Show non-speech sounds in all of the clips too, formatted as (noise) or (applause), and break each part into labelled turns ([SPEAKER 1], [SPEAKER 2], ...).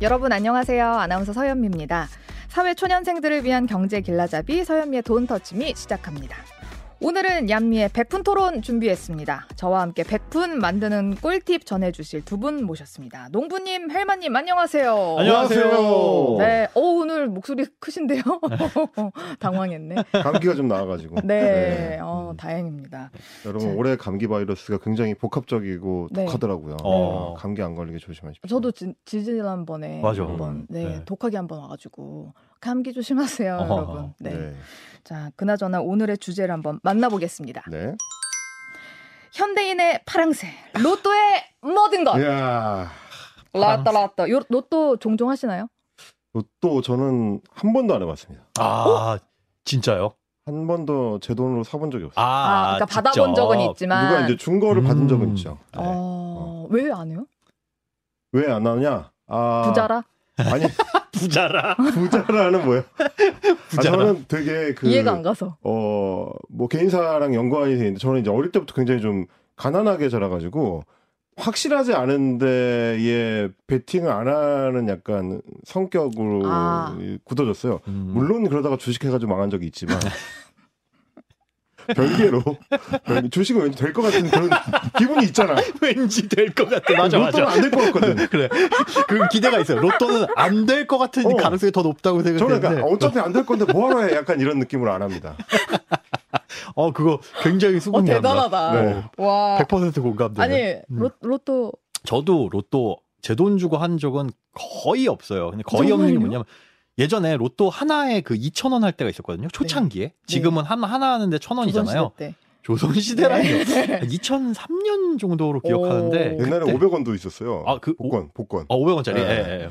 [SPEAKER 1] 여러분 안녕하세요. 아나운서 서현미입니다. 사회 초년생들을 위한 경제 길라잡이 서현미의 돈터치미 시작합니다. 오늘은 얀미의 100분 토론 준비했습니다. 저와 함께 100분 만드는 꿀팁 전해주실 두 분 모셨습니다. 농부님, 헬마님, 안녕하세요.
[SPEAKER 2] 안녕하세요.
[SPEAKER 1] 네, 어, 오늘 목소리 크신데요? (laughs) 당황했네.
[SPEAKER 2] 감기가 좀 나와가지고.
[SPEAKER 1] 네, 어, 다행입니다.
[SPEAKER 2] 여러분
[SPEAKER 1] 자.
[SPEAKER 2] 올해 감기 바이러스가 굉장히 복합적이고
[SPEAKER 1] 네.
[SPEAKER 2] 독하더라고요.
[SPEAKER 3] 어.
[SPEAKER 2] 감기 안 걸리게 조심하십시오.
[SPEAKER 1] 저도 지, 지지난번에
[SPEAKER 3] 맞아.
[SPEAKER 1] 한번 네,
[SPEAKER 3] 네.
[SPEAKER 1] 독하게 한번 와가지고 감기 조심하세요,
[SPEAKER 3] 어허.
[SPEAKER 1] 여러분. 네.
[SPEAKER 2] 네.
[SPEAKER 1] 자, 그나저나 오늘의 주제를 한번 만나보겠습니다.
[SPEAKER 2] 네.
[SPEAKER 1] 현대인의 파랑새, 로또의 모든
[SPEAKER 3] 예,
[SPEAKER 1] 것.
[SPEAKER 2] 이야.
[SPEAKER 1] 라따 라따. 요 로또 종종 하시나요?
[SPEAKER 2] 또 저는 한 번도 안 해봤습니다.
[SPEAKER 3] 아 진짜요?
[SPEAKER 2] 한 번도 제 돈으로 사본 적이 없어요.
[SPEAKER 3] 아,
[SPEAKER 1] 아, 그러니까 받아본 적은 있지만
[SPEAKER 2] 누가 이제 중고를 받은
[SPEAKER 3] 음.
[SPEAKER 2] 적은 있죠.
[SPEAKER 3] 네.
[SPEAKER 1] 어, 왜 안 해요?
[SPEAKER 2] 왜 안 하냐? 아,
[SPEAKER 1] 부자라?
[SPEAKER 2] 아니
[SPEAKER 3] 부자라.
[SPEAKER 1] (laughs)
[SPEAKER 2] 부자라는 뭐야? 아,
[SPEAKER 3] 부자라.
[SPEAKER 2] 저는 되게 그
[SPEAKER 1] 이해가 안 가서.
[SPEAKER 2] 어, 뭐 개인사랑 연관이 돼 있는데 저는 이제 어릴 때부터 굉장히 좀 가난하게 자라가지고 확실하지 않은데에 베팅을 안 하는 약간 성격으로
[SPEAKER 1] 아.
[SPEAKER 2] 굳어졌어요.
[SPEAKER 3] 음.
[SPEAKER 2] 물론 그러다가 주식해가지고 망한
[SPEAKER 3] (laughs)
[SPEAKER 2] 적이 있지만 별개로 별- 주식은 왠지 될 것 같은 그런 기분이 있잖아.
[SPEAKER 3] 왠지 될 것 같아. (laughs) 맞아
[SPEAKER 2] 로또는
[SPEAKER 3] 맞아.
[SPEAKER 2] 안 될
[SPEAKER 3] (laughs)
[SPEAKER 2] 것 같거든.
[SPEAKER 3] 그래. 그 기대가 있어요. 로또는 안 될 것 같은
[SPEAKER 2] 어.
[SPEAKER 3] 가능성이 더 높다고
[SPEAKER 2] 저는
[SPEAKER 3] 생각했는데. 그러니까,
[SPEAKER 2] 약간 어차피 안 될 건데 뭐하러 해? 약간 이런 느낌으로 안 합니다.
[SPEAKER 3] 어 그거 굉장히
[SPEAKER 1] 어,
[SPEAKER 3] 수긍이 간다.
[SPEAKER 1] 대단하다.
[SPEAKER 2] 네.
[SPEAKER 1] 와.
[SPEAKER 3] 100% 공감돼.
[SPEAKER 1] 아니,
[SPEAKER 3] 음.
[SPEAKER 1] 로, 로또
[SPEAKER 3] 어. 저도 로또 제 돈 주고 한 적은 거의 없어요. 근데 거의 없는 게
[SPEAKER 1] 정말요?
[SPEAKER 3] 뭐냐면 예전에 로또 하나에 그 2천 원 할 때가 있었거든요. 초창기에. 지금은 한- 하나 하는데 천 원이잖아요.
[SPEAKER 1] 네. 조선시대 네. 때.
[SPEAKER 3] 조선시대라니 2003년 정도로 기억하는데
[SPEAKER 1] 오.
[SPEAKER 2] 옛날에
[SPEAKER 3] 그때-
[SPEAKER 2] 500원도 있었어요.
[SPEAKER 3] 아, 그 오-
[SPEAKER 2] 복권, 복권.
[SPEAKER 3] 아, 500원짜리.
[SPEAKER 2] 네.
[SPEAKER 3] 예, 예.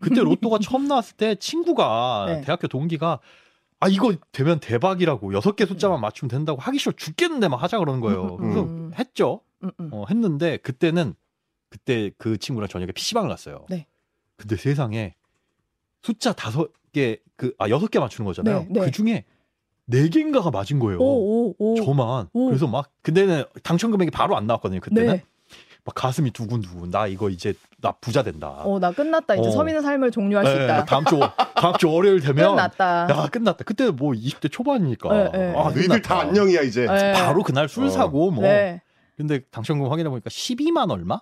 [SPEAKER 3] 그때 로또가 처음 나왔을 때 친구가
[SPEAKER 1] 네.
[SPEAKER 3] 대학교 동기가 아 이거 되면 대박이라고 여섯 개 숫자만 맞추면 된다고 하기 싫어 죽겠는데 막 하자 그러는 거예요.
[SPEAKER 1] 음, 음,
[SPEAKER 3] 그래서
[SPEAKER 1] 음.
[SPEAKER 3] 했죠.
[SPEAKER 1] 음, 음.
[SPEAKER 3] 어, 했는데 그때는 그때 그 친구랑 저녁에 PC방을 갔어요.
[SPEAKER 1] 네.
[SPEAKER 3] 근데 세상에 숫자 다섯 개그아 여섯 개 맞추는 거잖아요.
[SPEAKER 1] 네, 네.
[SPEAKER 3] 그 중에 네 개인가가 맞은 거예요.
[SPEAKER 1] 오, 오, 오.
[SPEAKER 3] 저만.
[SPEAKER 1] 오.
[SPEAKER 3] 그래서 막 그때는 당첨 금액이 바로 안 나왔거든요. 그때는
[SPEAKER 1] 네.
[SPEAKER 3] 막 가슴이 두근두근 나 이거 이제 나 부자 된다.
[SPEAKER 1] 어, 나 끝났다. 이제
[SPEAKER 3] 어.
[SPEAKER 1] 서민의 삶을 종료할 수
[SPEAKER 3] 예,
[SPEAKER 1] 있다.
[SPEAKER 3] 다음 주 다음 주 월요일 되면
[SPEAKER 1] 끝났다.
[SPEAKER 3] 야 끝났다. 그때 뭐 20대 초반이니까.
[SPEAKER 1] 예, 예.
[SPEAKER 3] 아,
[SPEAKER 2] 너희들 다
[SPEAKER 3] 끝났다.
[SPEAKER 2] 안녕이야 이제.
[SPEAKER 1] 네.
[SPEAKER 3] 바로 그날 술
[SPEAKER 2] 어.
[SPEAKER 3] 사고 뭐.
[SPEAKER 1] 네.
[SPEAKER 3] 근데 당첨금 확인해 보니까 12만 얼마?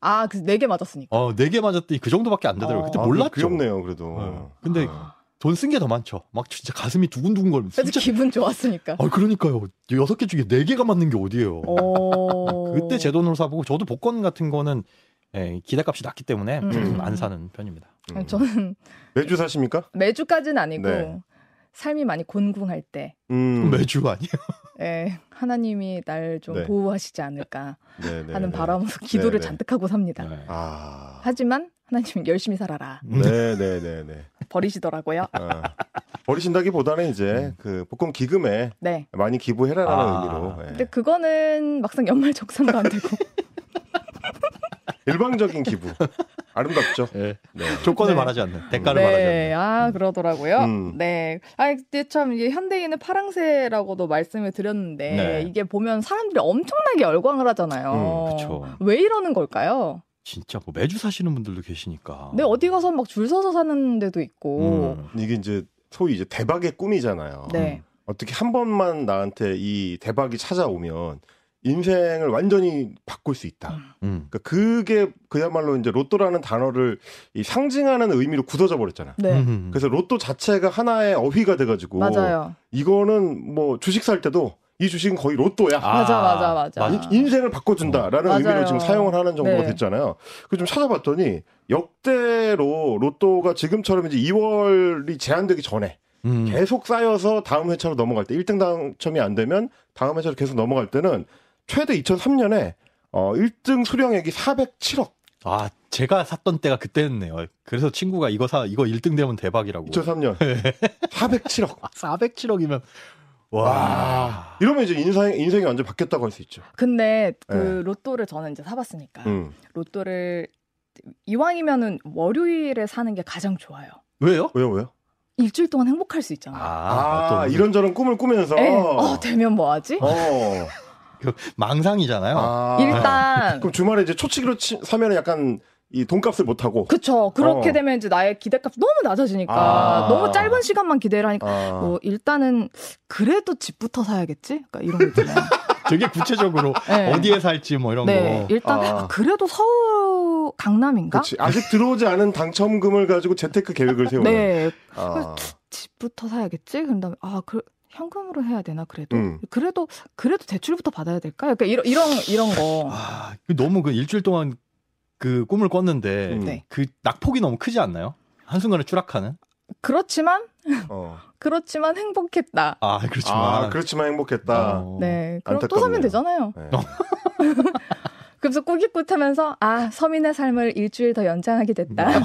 [SPEAKER 1] 아, 그 네 개 맞았으니까.
[SPEAKER 3] 어, 네 개 맞았더니 그 정도밖에 안 되더라고. 요 그때
[SPEAKER 2] 아,
[SPEAKER 3] 몰랐죠.
[SPEAKER 2] 귀엽네요, 그래도.
[SPEAKER 3] 어. 근데
[SPEAKER 2] 아.
[SPEAKER 3] 돈 쓴 게 더 많죠. 막 진짜 가슴이 두근두근 거리면
[SPEAKER 1] 그래서
[SPEAKER 3] 진짜
[SPEAKER 1] 기분 좋았으니까.
[SPEAKER 3] 아, 그러니까요. 여섯 개 중에 네 개가 맞는 게 어디예요.
[SPEAKER 1] 어.
[SPEAKER 3] 그때 제 돈으로 사보고 저도 복권 같은 거는 예, 기대값이 낮기 때문에
[SPEAKER 1] 음.
[SPEAKER 3] 음, 안 사는 편입니다.
[SPEAKER 2] 음.
[SPEAKER 1] 아, 저는 (laughs)
[SPEAKER 2] 매주 사십니까?
[SPEAKER 1] 매주까지는 아니고
[SPEAKER 2] 네.
[SPEAKER 1] 삶이 많이 곤궁할 때
[SPEAKER 2] 음.
[SPEAKER 3] 매주 아니에요.
[SPEAKER 1] 예, 하나님이 날 좀
[SPEAKER 2] 네.
[SPEAKER 1] 보호하시지 않을까
[SPEAKER 2] 네, 네,
[SPEAKER 1] 하는
[SPEAKER 2] 네.
[SPEAKER 1] 바람으로 (laughs) 기도를
[SPEAKER 2] 네.
[SPEAKER 1] 잔뜩 하고 삽니다.
[SPEAKER 2] 아.
[SPEAKER 1] 하지만 하나님은 열심히 살아라
[SPEAKER 2] 네, 네, 네, 네.
[SPEAKER 1] 버리시더라고요.
[SPEAKER 2] 아. 버리신다기보다는 이제 그 복권 기금에
[SPEAKER 1] 네.
[SPEAKER 2] 많이
[SPEAKER 3] 음.
[SPEAKER 2] 기부해라라는
[SPEAKER 3] 아.
[SPEAKER 2] 의미로 예.
[SPEAKER 1] 근데 그거는 막상 연말 정산도 안 되고 그
[SPEAKER 2] 일방적인 기부 아름답죠.
[SPEAKER 3] 예.
[SPEAKER 2] 네.
[SPEAKER 3] 조건을
[SPEAKER 1] 네.
[SPEAKER 3] 말하지 않는 대가를 (laughs) 말하지 않는.
[SPEAKER 1] 네, 아 그러더라고요.
[SPEAKER 2] 음.
[SPEAKER 1] 네, 아 근데 참 이게 현대인의 파랑새라고도 말씀을 드렸는데
[SPEAKER 3] 네.
[SPEAKER 1] 이게 보면 사람들이 엄청나게 열광을 하잖아요.
[SPEAKER 3] 음, 그쵸.
[SPEAKER 1] 왜 이러는 걸까요?
[SPEAKER 3] 진짜 뭐 매주 사시는 분들도 계시니까.
[SPEAKER 1] 근데 네, 어디 뭐. 가서 막 줄 서서 사는 데도 있고.
[SPEAKER 3] 음.
[SPEAKER 2] 이게 이제 소위 이제 대박의 꿈이잖아요.
[SPEAKER 1] 네.
[SPEAKER 2] 어떻게 한 번만 나한테 이 대박이 찾아오면 인생을 완전히 바꿀 수 있다.
[SPEAKER 3] 음.
[SPEAKER 2] 그러니까 그게 그야말로 이제 로또라는 단어를 이 상징하는 의미로 굳어져 버렸잖아.
[SPEAKER 1] 네.
[SPEAKER 3] 음.
[SPEAKER 2] 그래서 로또 자체가 하나의 어휘가 돼가지고
[SPEAKER 1] 맞아요.
[SPEAKER 2] 이거는 뭐 주식 살 때도 이 주식은 거의 로또야.
[SPEAKER 3] 아,
[SPEAKER 1] 맞아, 맞아, 맞아.
[SPEAKER 3] 맞-
[SPEAKER 2] 인- 인생을 바꿔준다라는
[SPEAKER 1] 어. 맞아요.
[SPEAKER 2] 의미로 지금 사용을 하는 정도가
[SPEAKER 1] 네.
[SPEAKER 2] 됐잖아요. 그좀 찾아봤더니 역대로 로또가 지금처럼 이제 2월이 제한되기 전에
[SPEAKER 3] 음.
[SPEAKER 2] 계속 쌓여서 다음 회차로 넘어갈 때 1등 당첨이 안 되면 다음 회차로 계속 넘어갈 때는 최대 2003년에 어 1등 수령액이 407억.
[SPEAKER 3] 아, 제가 샀던 때가 그때였네요. 그래서 친구가 이거 사 이거 1등 되면 대박이라고.
[SPEAKER 1] (laughs)
[SPEAKER 2] 2003년 407억.
[SPEAKER 3] 아, 407억이면 와.
[SPEAKER 2] 와. 이러면 이제 인생 인생이 완전 바뀌었다고 할 수 있죠.
[SPEAKER 1] 근데 그
[SPEAKER 2] 네.
[SPEAKER 1] 로또를 저는 이제 사봤으니까
[SPEAKER 2] 음.
[SPEAKER 1] 로또를 이왕이면은 월요일에 사는 게 가장 좋아요.
[SPEAKER 3] 왜요?
[SPEAKER 2] 왜요 왜요?
[SPEAKER 1] 일주일 동안 행복할 수
[SPEAKER 3] 아,
[SPEAKER 1] 있잖아요.
[SPEAKER 2] 아,
[SPEAKER 3] 또
[SPEAKER 2] 이런저런 꿈을 꾸면서.
[SPEAKER 1] 예. 어, 되면 뭐하지?
[SPEAKER 2] 어.
[SPEAKER 3] 그 망상이잖아요.
[SPEAKER 2] 아.
[SPEAKER 1] 일단
[SPEAKER 2] (laughs) 그럼 주말에 이제 초치기로 치, 사면 약간 이 돈값을 못 하고
[SPEAKER 1] 그쵸. 그렇게
[SPEAKER 2] 어.
[SPEAKER 1] 되면 이제 나의 기대값이 너무 낮아지니까
[SPEAKER 2] 아.
[SPEAKER 1] 너무 짧은 시간만 기대를 하니까
[SPEAKER 2] 아,
[SPEAKER 1] 뭐 일단은 그래도 집부터 사야겠지? 그러니까 이런 거 있잖아요.
[SPEAKER 3] 되게 구체적으로
[SPEAKER 1] 네.
[SPEAKER 3] 어디에 살지 뭐 이런
[SPEAKER 1] 네,
[SPEAKER 3] 거.
[SPEAKER 1] 일단
[SPEAKER 2] 아.
[SPEAKER 1] 아, 그래도 서울 강남인가?
[SPEAKER 2] 그치. 아직 들어오지 않은 당첨금을 가지고 재테크 계획을 세우는
[SPEAKER 1] 네,
[SPEAKER 2] 아,
[SPEAKER 1] 집부터 사야겠지. 그다음에 아, 그 현금으로 해야 되나 그래도
[SPEAKER 2] 음.
[SPEAKER 1] 그래도 그래도 대출부터 받아야 될까? 그러니까 이런 이런 이런 거.
[SPEAKER 3] 아, 그 너무 그 일주일 동안 그 꿈을 꿨는데
[SPEAKER 2] 음.
[SPEAKER 1] 네.
[SPEAKER 3] 그 낙폭이 너무 크지 않나요? 한순간에 추락하는?
[SPEAKER 1] 그렇지만
[SPEAKER 2] 어.
[SPEAKER 1] 그렇지만 행복했다.
[SPEAKER 3] 아, 그렇지만.
[SPEAKER 2] 아 그렇지만 행복했다.
[SPEAKER 3] 어.
[SPEAKER 1] 네, 그럼 또
[SPEAKER 2] 안타깝네요.
[SPEAKER 1] 사면 되잖아요.
[SPEAKER 2] 네.
[SPEAKER 1] 그래서 꾸깃꾸깃하면서 아 서민의 삶을 일주일 더 연장하게 (laughs)
[SPEAKER 2] 음.
[SPEAKER 1] 됐다.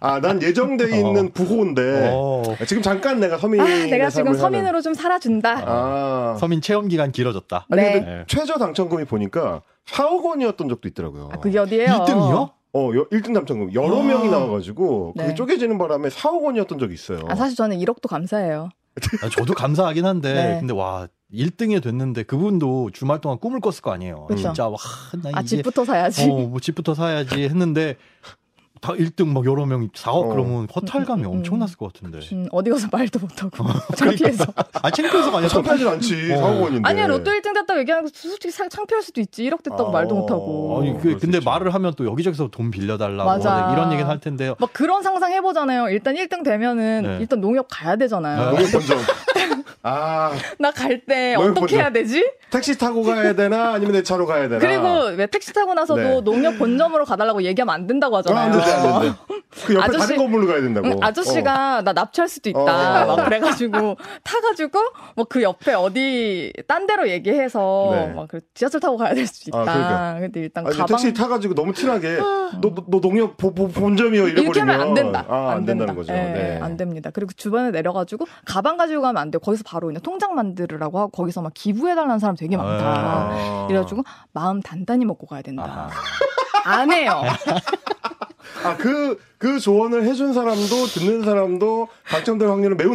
[SPEAKER 2] 아난 예정돼 있는
[SPEAKER 3] 어.
[SPEAKER 2] 부호인데 아,
[SPEAKER 3] 어,
[SPEAKER 2] 지금 잠깐 내가 서민
[SPEAKER 1] 아 내가 지금 서민으로 좀 살아준다.
[SPEAKER 2] 아
[SPEAKER 3] 서민 체험 기간 길어졌다.
[SPEAKER 2] 아니,
[SPEAKER 1] 네,
[SPEAKER 2] 근데 최저 당첨금이 보니까 4억 원이었던 적도 있더라고요.
[SPEAKER 1] 아, 그게 어디예요?
[SPEAKER 3] 1등이요?
[SPEAKER 2] 어, 1등 당첨금 여러
[SPEAKER 3] 아.
[SPEAKER 2] 명이 나와가지고 그게
[SPEAKER 1] 네.
[SPEAKER 2] 쪼개지는 바람에 4억 원이었던 적이 있어요.
[SPEAKER 1] 아 사실 저는 1억도 감사해요.
[SPEAKER 3] 아, 저도 감사하긴 한데
[SPEAKER 1] 네.
[SPEAKER 3] 근데 와 1등이 됐는데 그분도 주말 동안 꿈을 꿨을 거 아니에요.
[SPEAKER 1] 그쵸.
[SPEAKER 3] 진짜 와, 나
[SPEAKER 1] 아
[SPEAKER 3] 이게
[SPEAKER 1] 집부터 사야지.
[SPEAKER 3] 어, 뭐 집부터 사야지 했는데 다 1등 막 여러 명 4억
[SPEAKER 2] 어.
[SPEAKER 3] 그러면 허탈감이
[SPEAKER 1] 음, 음, 음.
[SPEAKER 3] 엄청났을 것 같은데.
[SPEAKER 1] 음, 어디 가서 말도 못하고
[SPEAKER 2] 어, 그러니까.
[SPEAKER 1] 창피해서.
[SPEAKER 3] 아 창피해서 많이
[SPEAKER 2] 창피하진 않지
[SPEAKER 3] 어.
[SPEAKER 2] 4억 원인데.
[SPEAKER 1] 아니야 로또 1등 됐다고 얘기하는 거 솔직히 상- 창피할 수도 있지. 1억 됐다고
[SPEAKER 2] 네. 아,
[SPEAKER 1] 말도
[SPEAKER 2] 어.
[SPEAKER 1] 못하고.
[SPEAKER 3] 아니
[SPEAKER 2] 어,
[SPEAKER 3] 그
[SPEAKER 2] 그럴 수
[SPEAKER 3] 근데
[SPEAKER 2] 있죠.
[SPEAKER 3] 말을 하면 또 여기저기서 돈 빌려달라고
[SPEAKER 1] 맞아.
[SPEAKER 3] 이런 얘기는 할 텐데
[SPEAKER 1] 막 그런 상상 해보잖아요. 일단 1등 되면은
[SPEAKER 3] 네.
[SPEAKER 1] 일단 농협 가야 되잖아요.
[SPEAKER 2] 너무
[SPEAKER 1] (laughs)
[SPEAKER 2] 번쩍. 아
[SPEAKER 1] 나 갈 때
[SPEAKER 2] 네. 농협
[SPEAKER 1] 어떻게
[SPEAKER 2] 먼저.
[SPEAKER 1] 해야 되지?
[SPEAKER 2] 택시 타고 가야 되나 아니면 내 차로 가야 되나.
[SPEAKER 1] 그리고 왜 택시 타고 나서도
[SPEAKER 2] 아. 네.
[SPEAKER 1] 농협 본점으로 가달라고 얘기하면 안 된다고
[SPEAKER 2] 아, 안
[SPEAKER 1] 하잖아요.
[SPEAKER 2] 된다, 안 된다. 그 옆에
[SPEAKER 1] 아저씨-
[SPEAKER 2] 다른 건물로 가야 된다고.
[SPEAKER 1] 응, 아저씨가 나 납치할 수도 있다.
[SPEAKER 2] 어, 어,
[SPEAKER 1] 막
[SPEAKER 2] 어.
[SPEAKER 1] 그래가지고 (laughs) 타가지고 뭐 그 옆에 어디 딴 데로 얘기해서
[SPEAKER 2] 네.
[SPEAKER 1] 막그 지하철 타고 가야 될 수도 있다.
[SPEAKER 2] 아, 그러니까.
[SPEAKER 1] 근데 일단
[SPEAKER 2] 어. 아니,
[SPEAKER 1] 가방 아.
[SPEAKER 2] 택시 타가지고 너무 티나게 너, 너, 너 농협 보, 보, 본점이요
[SPEAKER 1] 이렇게
[SPEAKER 2] 이래버리면
[SPEAKER 1] 하면 안 된다.
[SPEAKER 2] 아, 안, 된다는 거죠.
[SPEAKER 1] 예,
[SPEAKER 2] 네.
[SPEAKER 1] 안 됩니다. 그리고 주변에 내려가지고 가방 가지고 가면 안 돼요. 거기서 바로 그냥 통장 만들으라고 하고 거기서 막 기부해달라는 사람 되게 많다.
[SPEAKER 2] 아.
[SPEAKER 1] 이래가지고 마음 단단히 먹고 가야 된다.
[SPEAKER 3] 아,
[SPEAKER 1] 안 해요.
[SPEAKER 2] 아, 그, 그 조언을 해준 사람도 듣는 사람도 당첨될 확률은 매우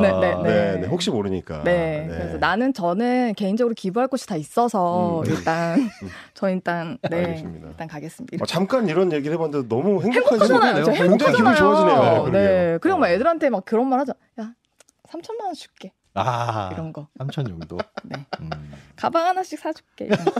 [SPEAKER 1] (laughs) 네, 네, 네.
[SPEAKER 2] 네, 네, 혹시 모르니까.
[SPEAKER 1] 네, 그래서 나는 저는 개인적으로 기부할 곳이 다 있어서
[SPEAKER 2] 음.
[SPEAKER 1] 일단 (laughs) 저 일단 네
[SPEAKER 2] 알겠습니다.
[SPEAKER 1] 일단 가겠습니다.
[SPEAKER 2] 아, 잠깐 이런 얘기를 해봤는데 너무 행복한
[SPEAKER 1] 행복하잖아요. 저
[SPEAKER 2] 시간이네요. 굉장히 기분
[SPEAKER 1] 행복하잖아요.
[SPEAKER 2] 좋아지네요.
[SPEAKER 1] 네, 그리고 막
[SPEAKER 2] 어.
[SPEAKER 1] 애들한테 막 그런 말 하죠. 야, 3천만 원 줄게
[SPEAKER 3] 아
[SPEAKER 1] 이런 거.
[SPEAKER 3] 3천 정도.
[SPEAKER 1] 네.
[SPEAKER 3] 음.
[SPEAKER 1] 가방 하나씩 사줄게. (laughs) 이런 거.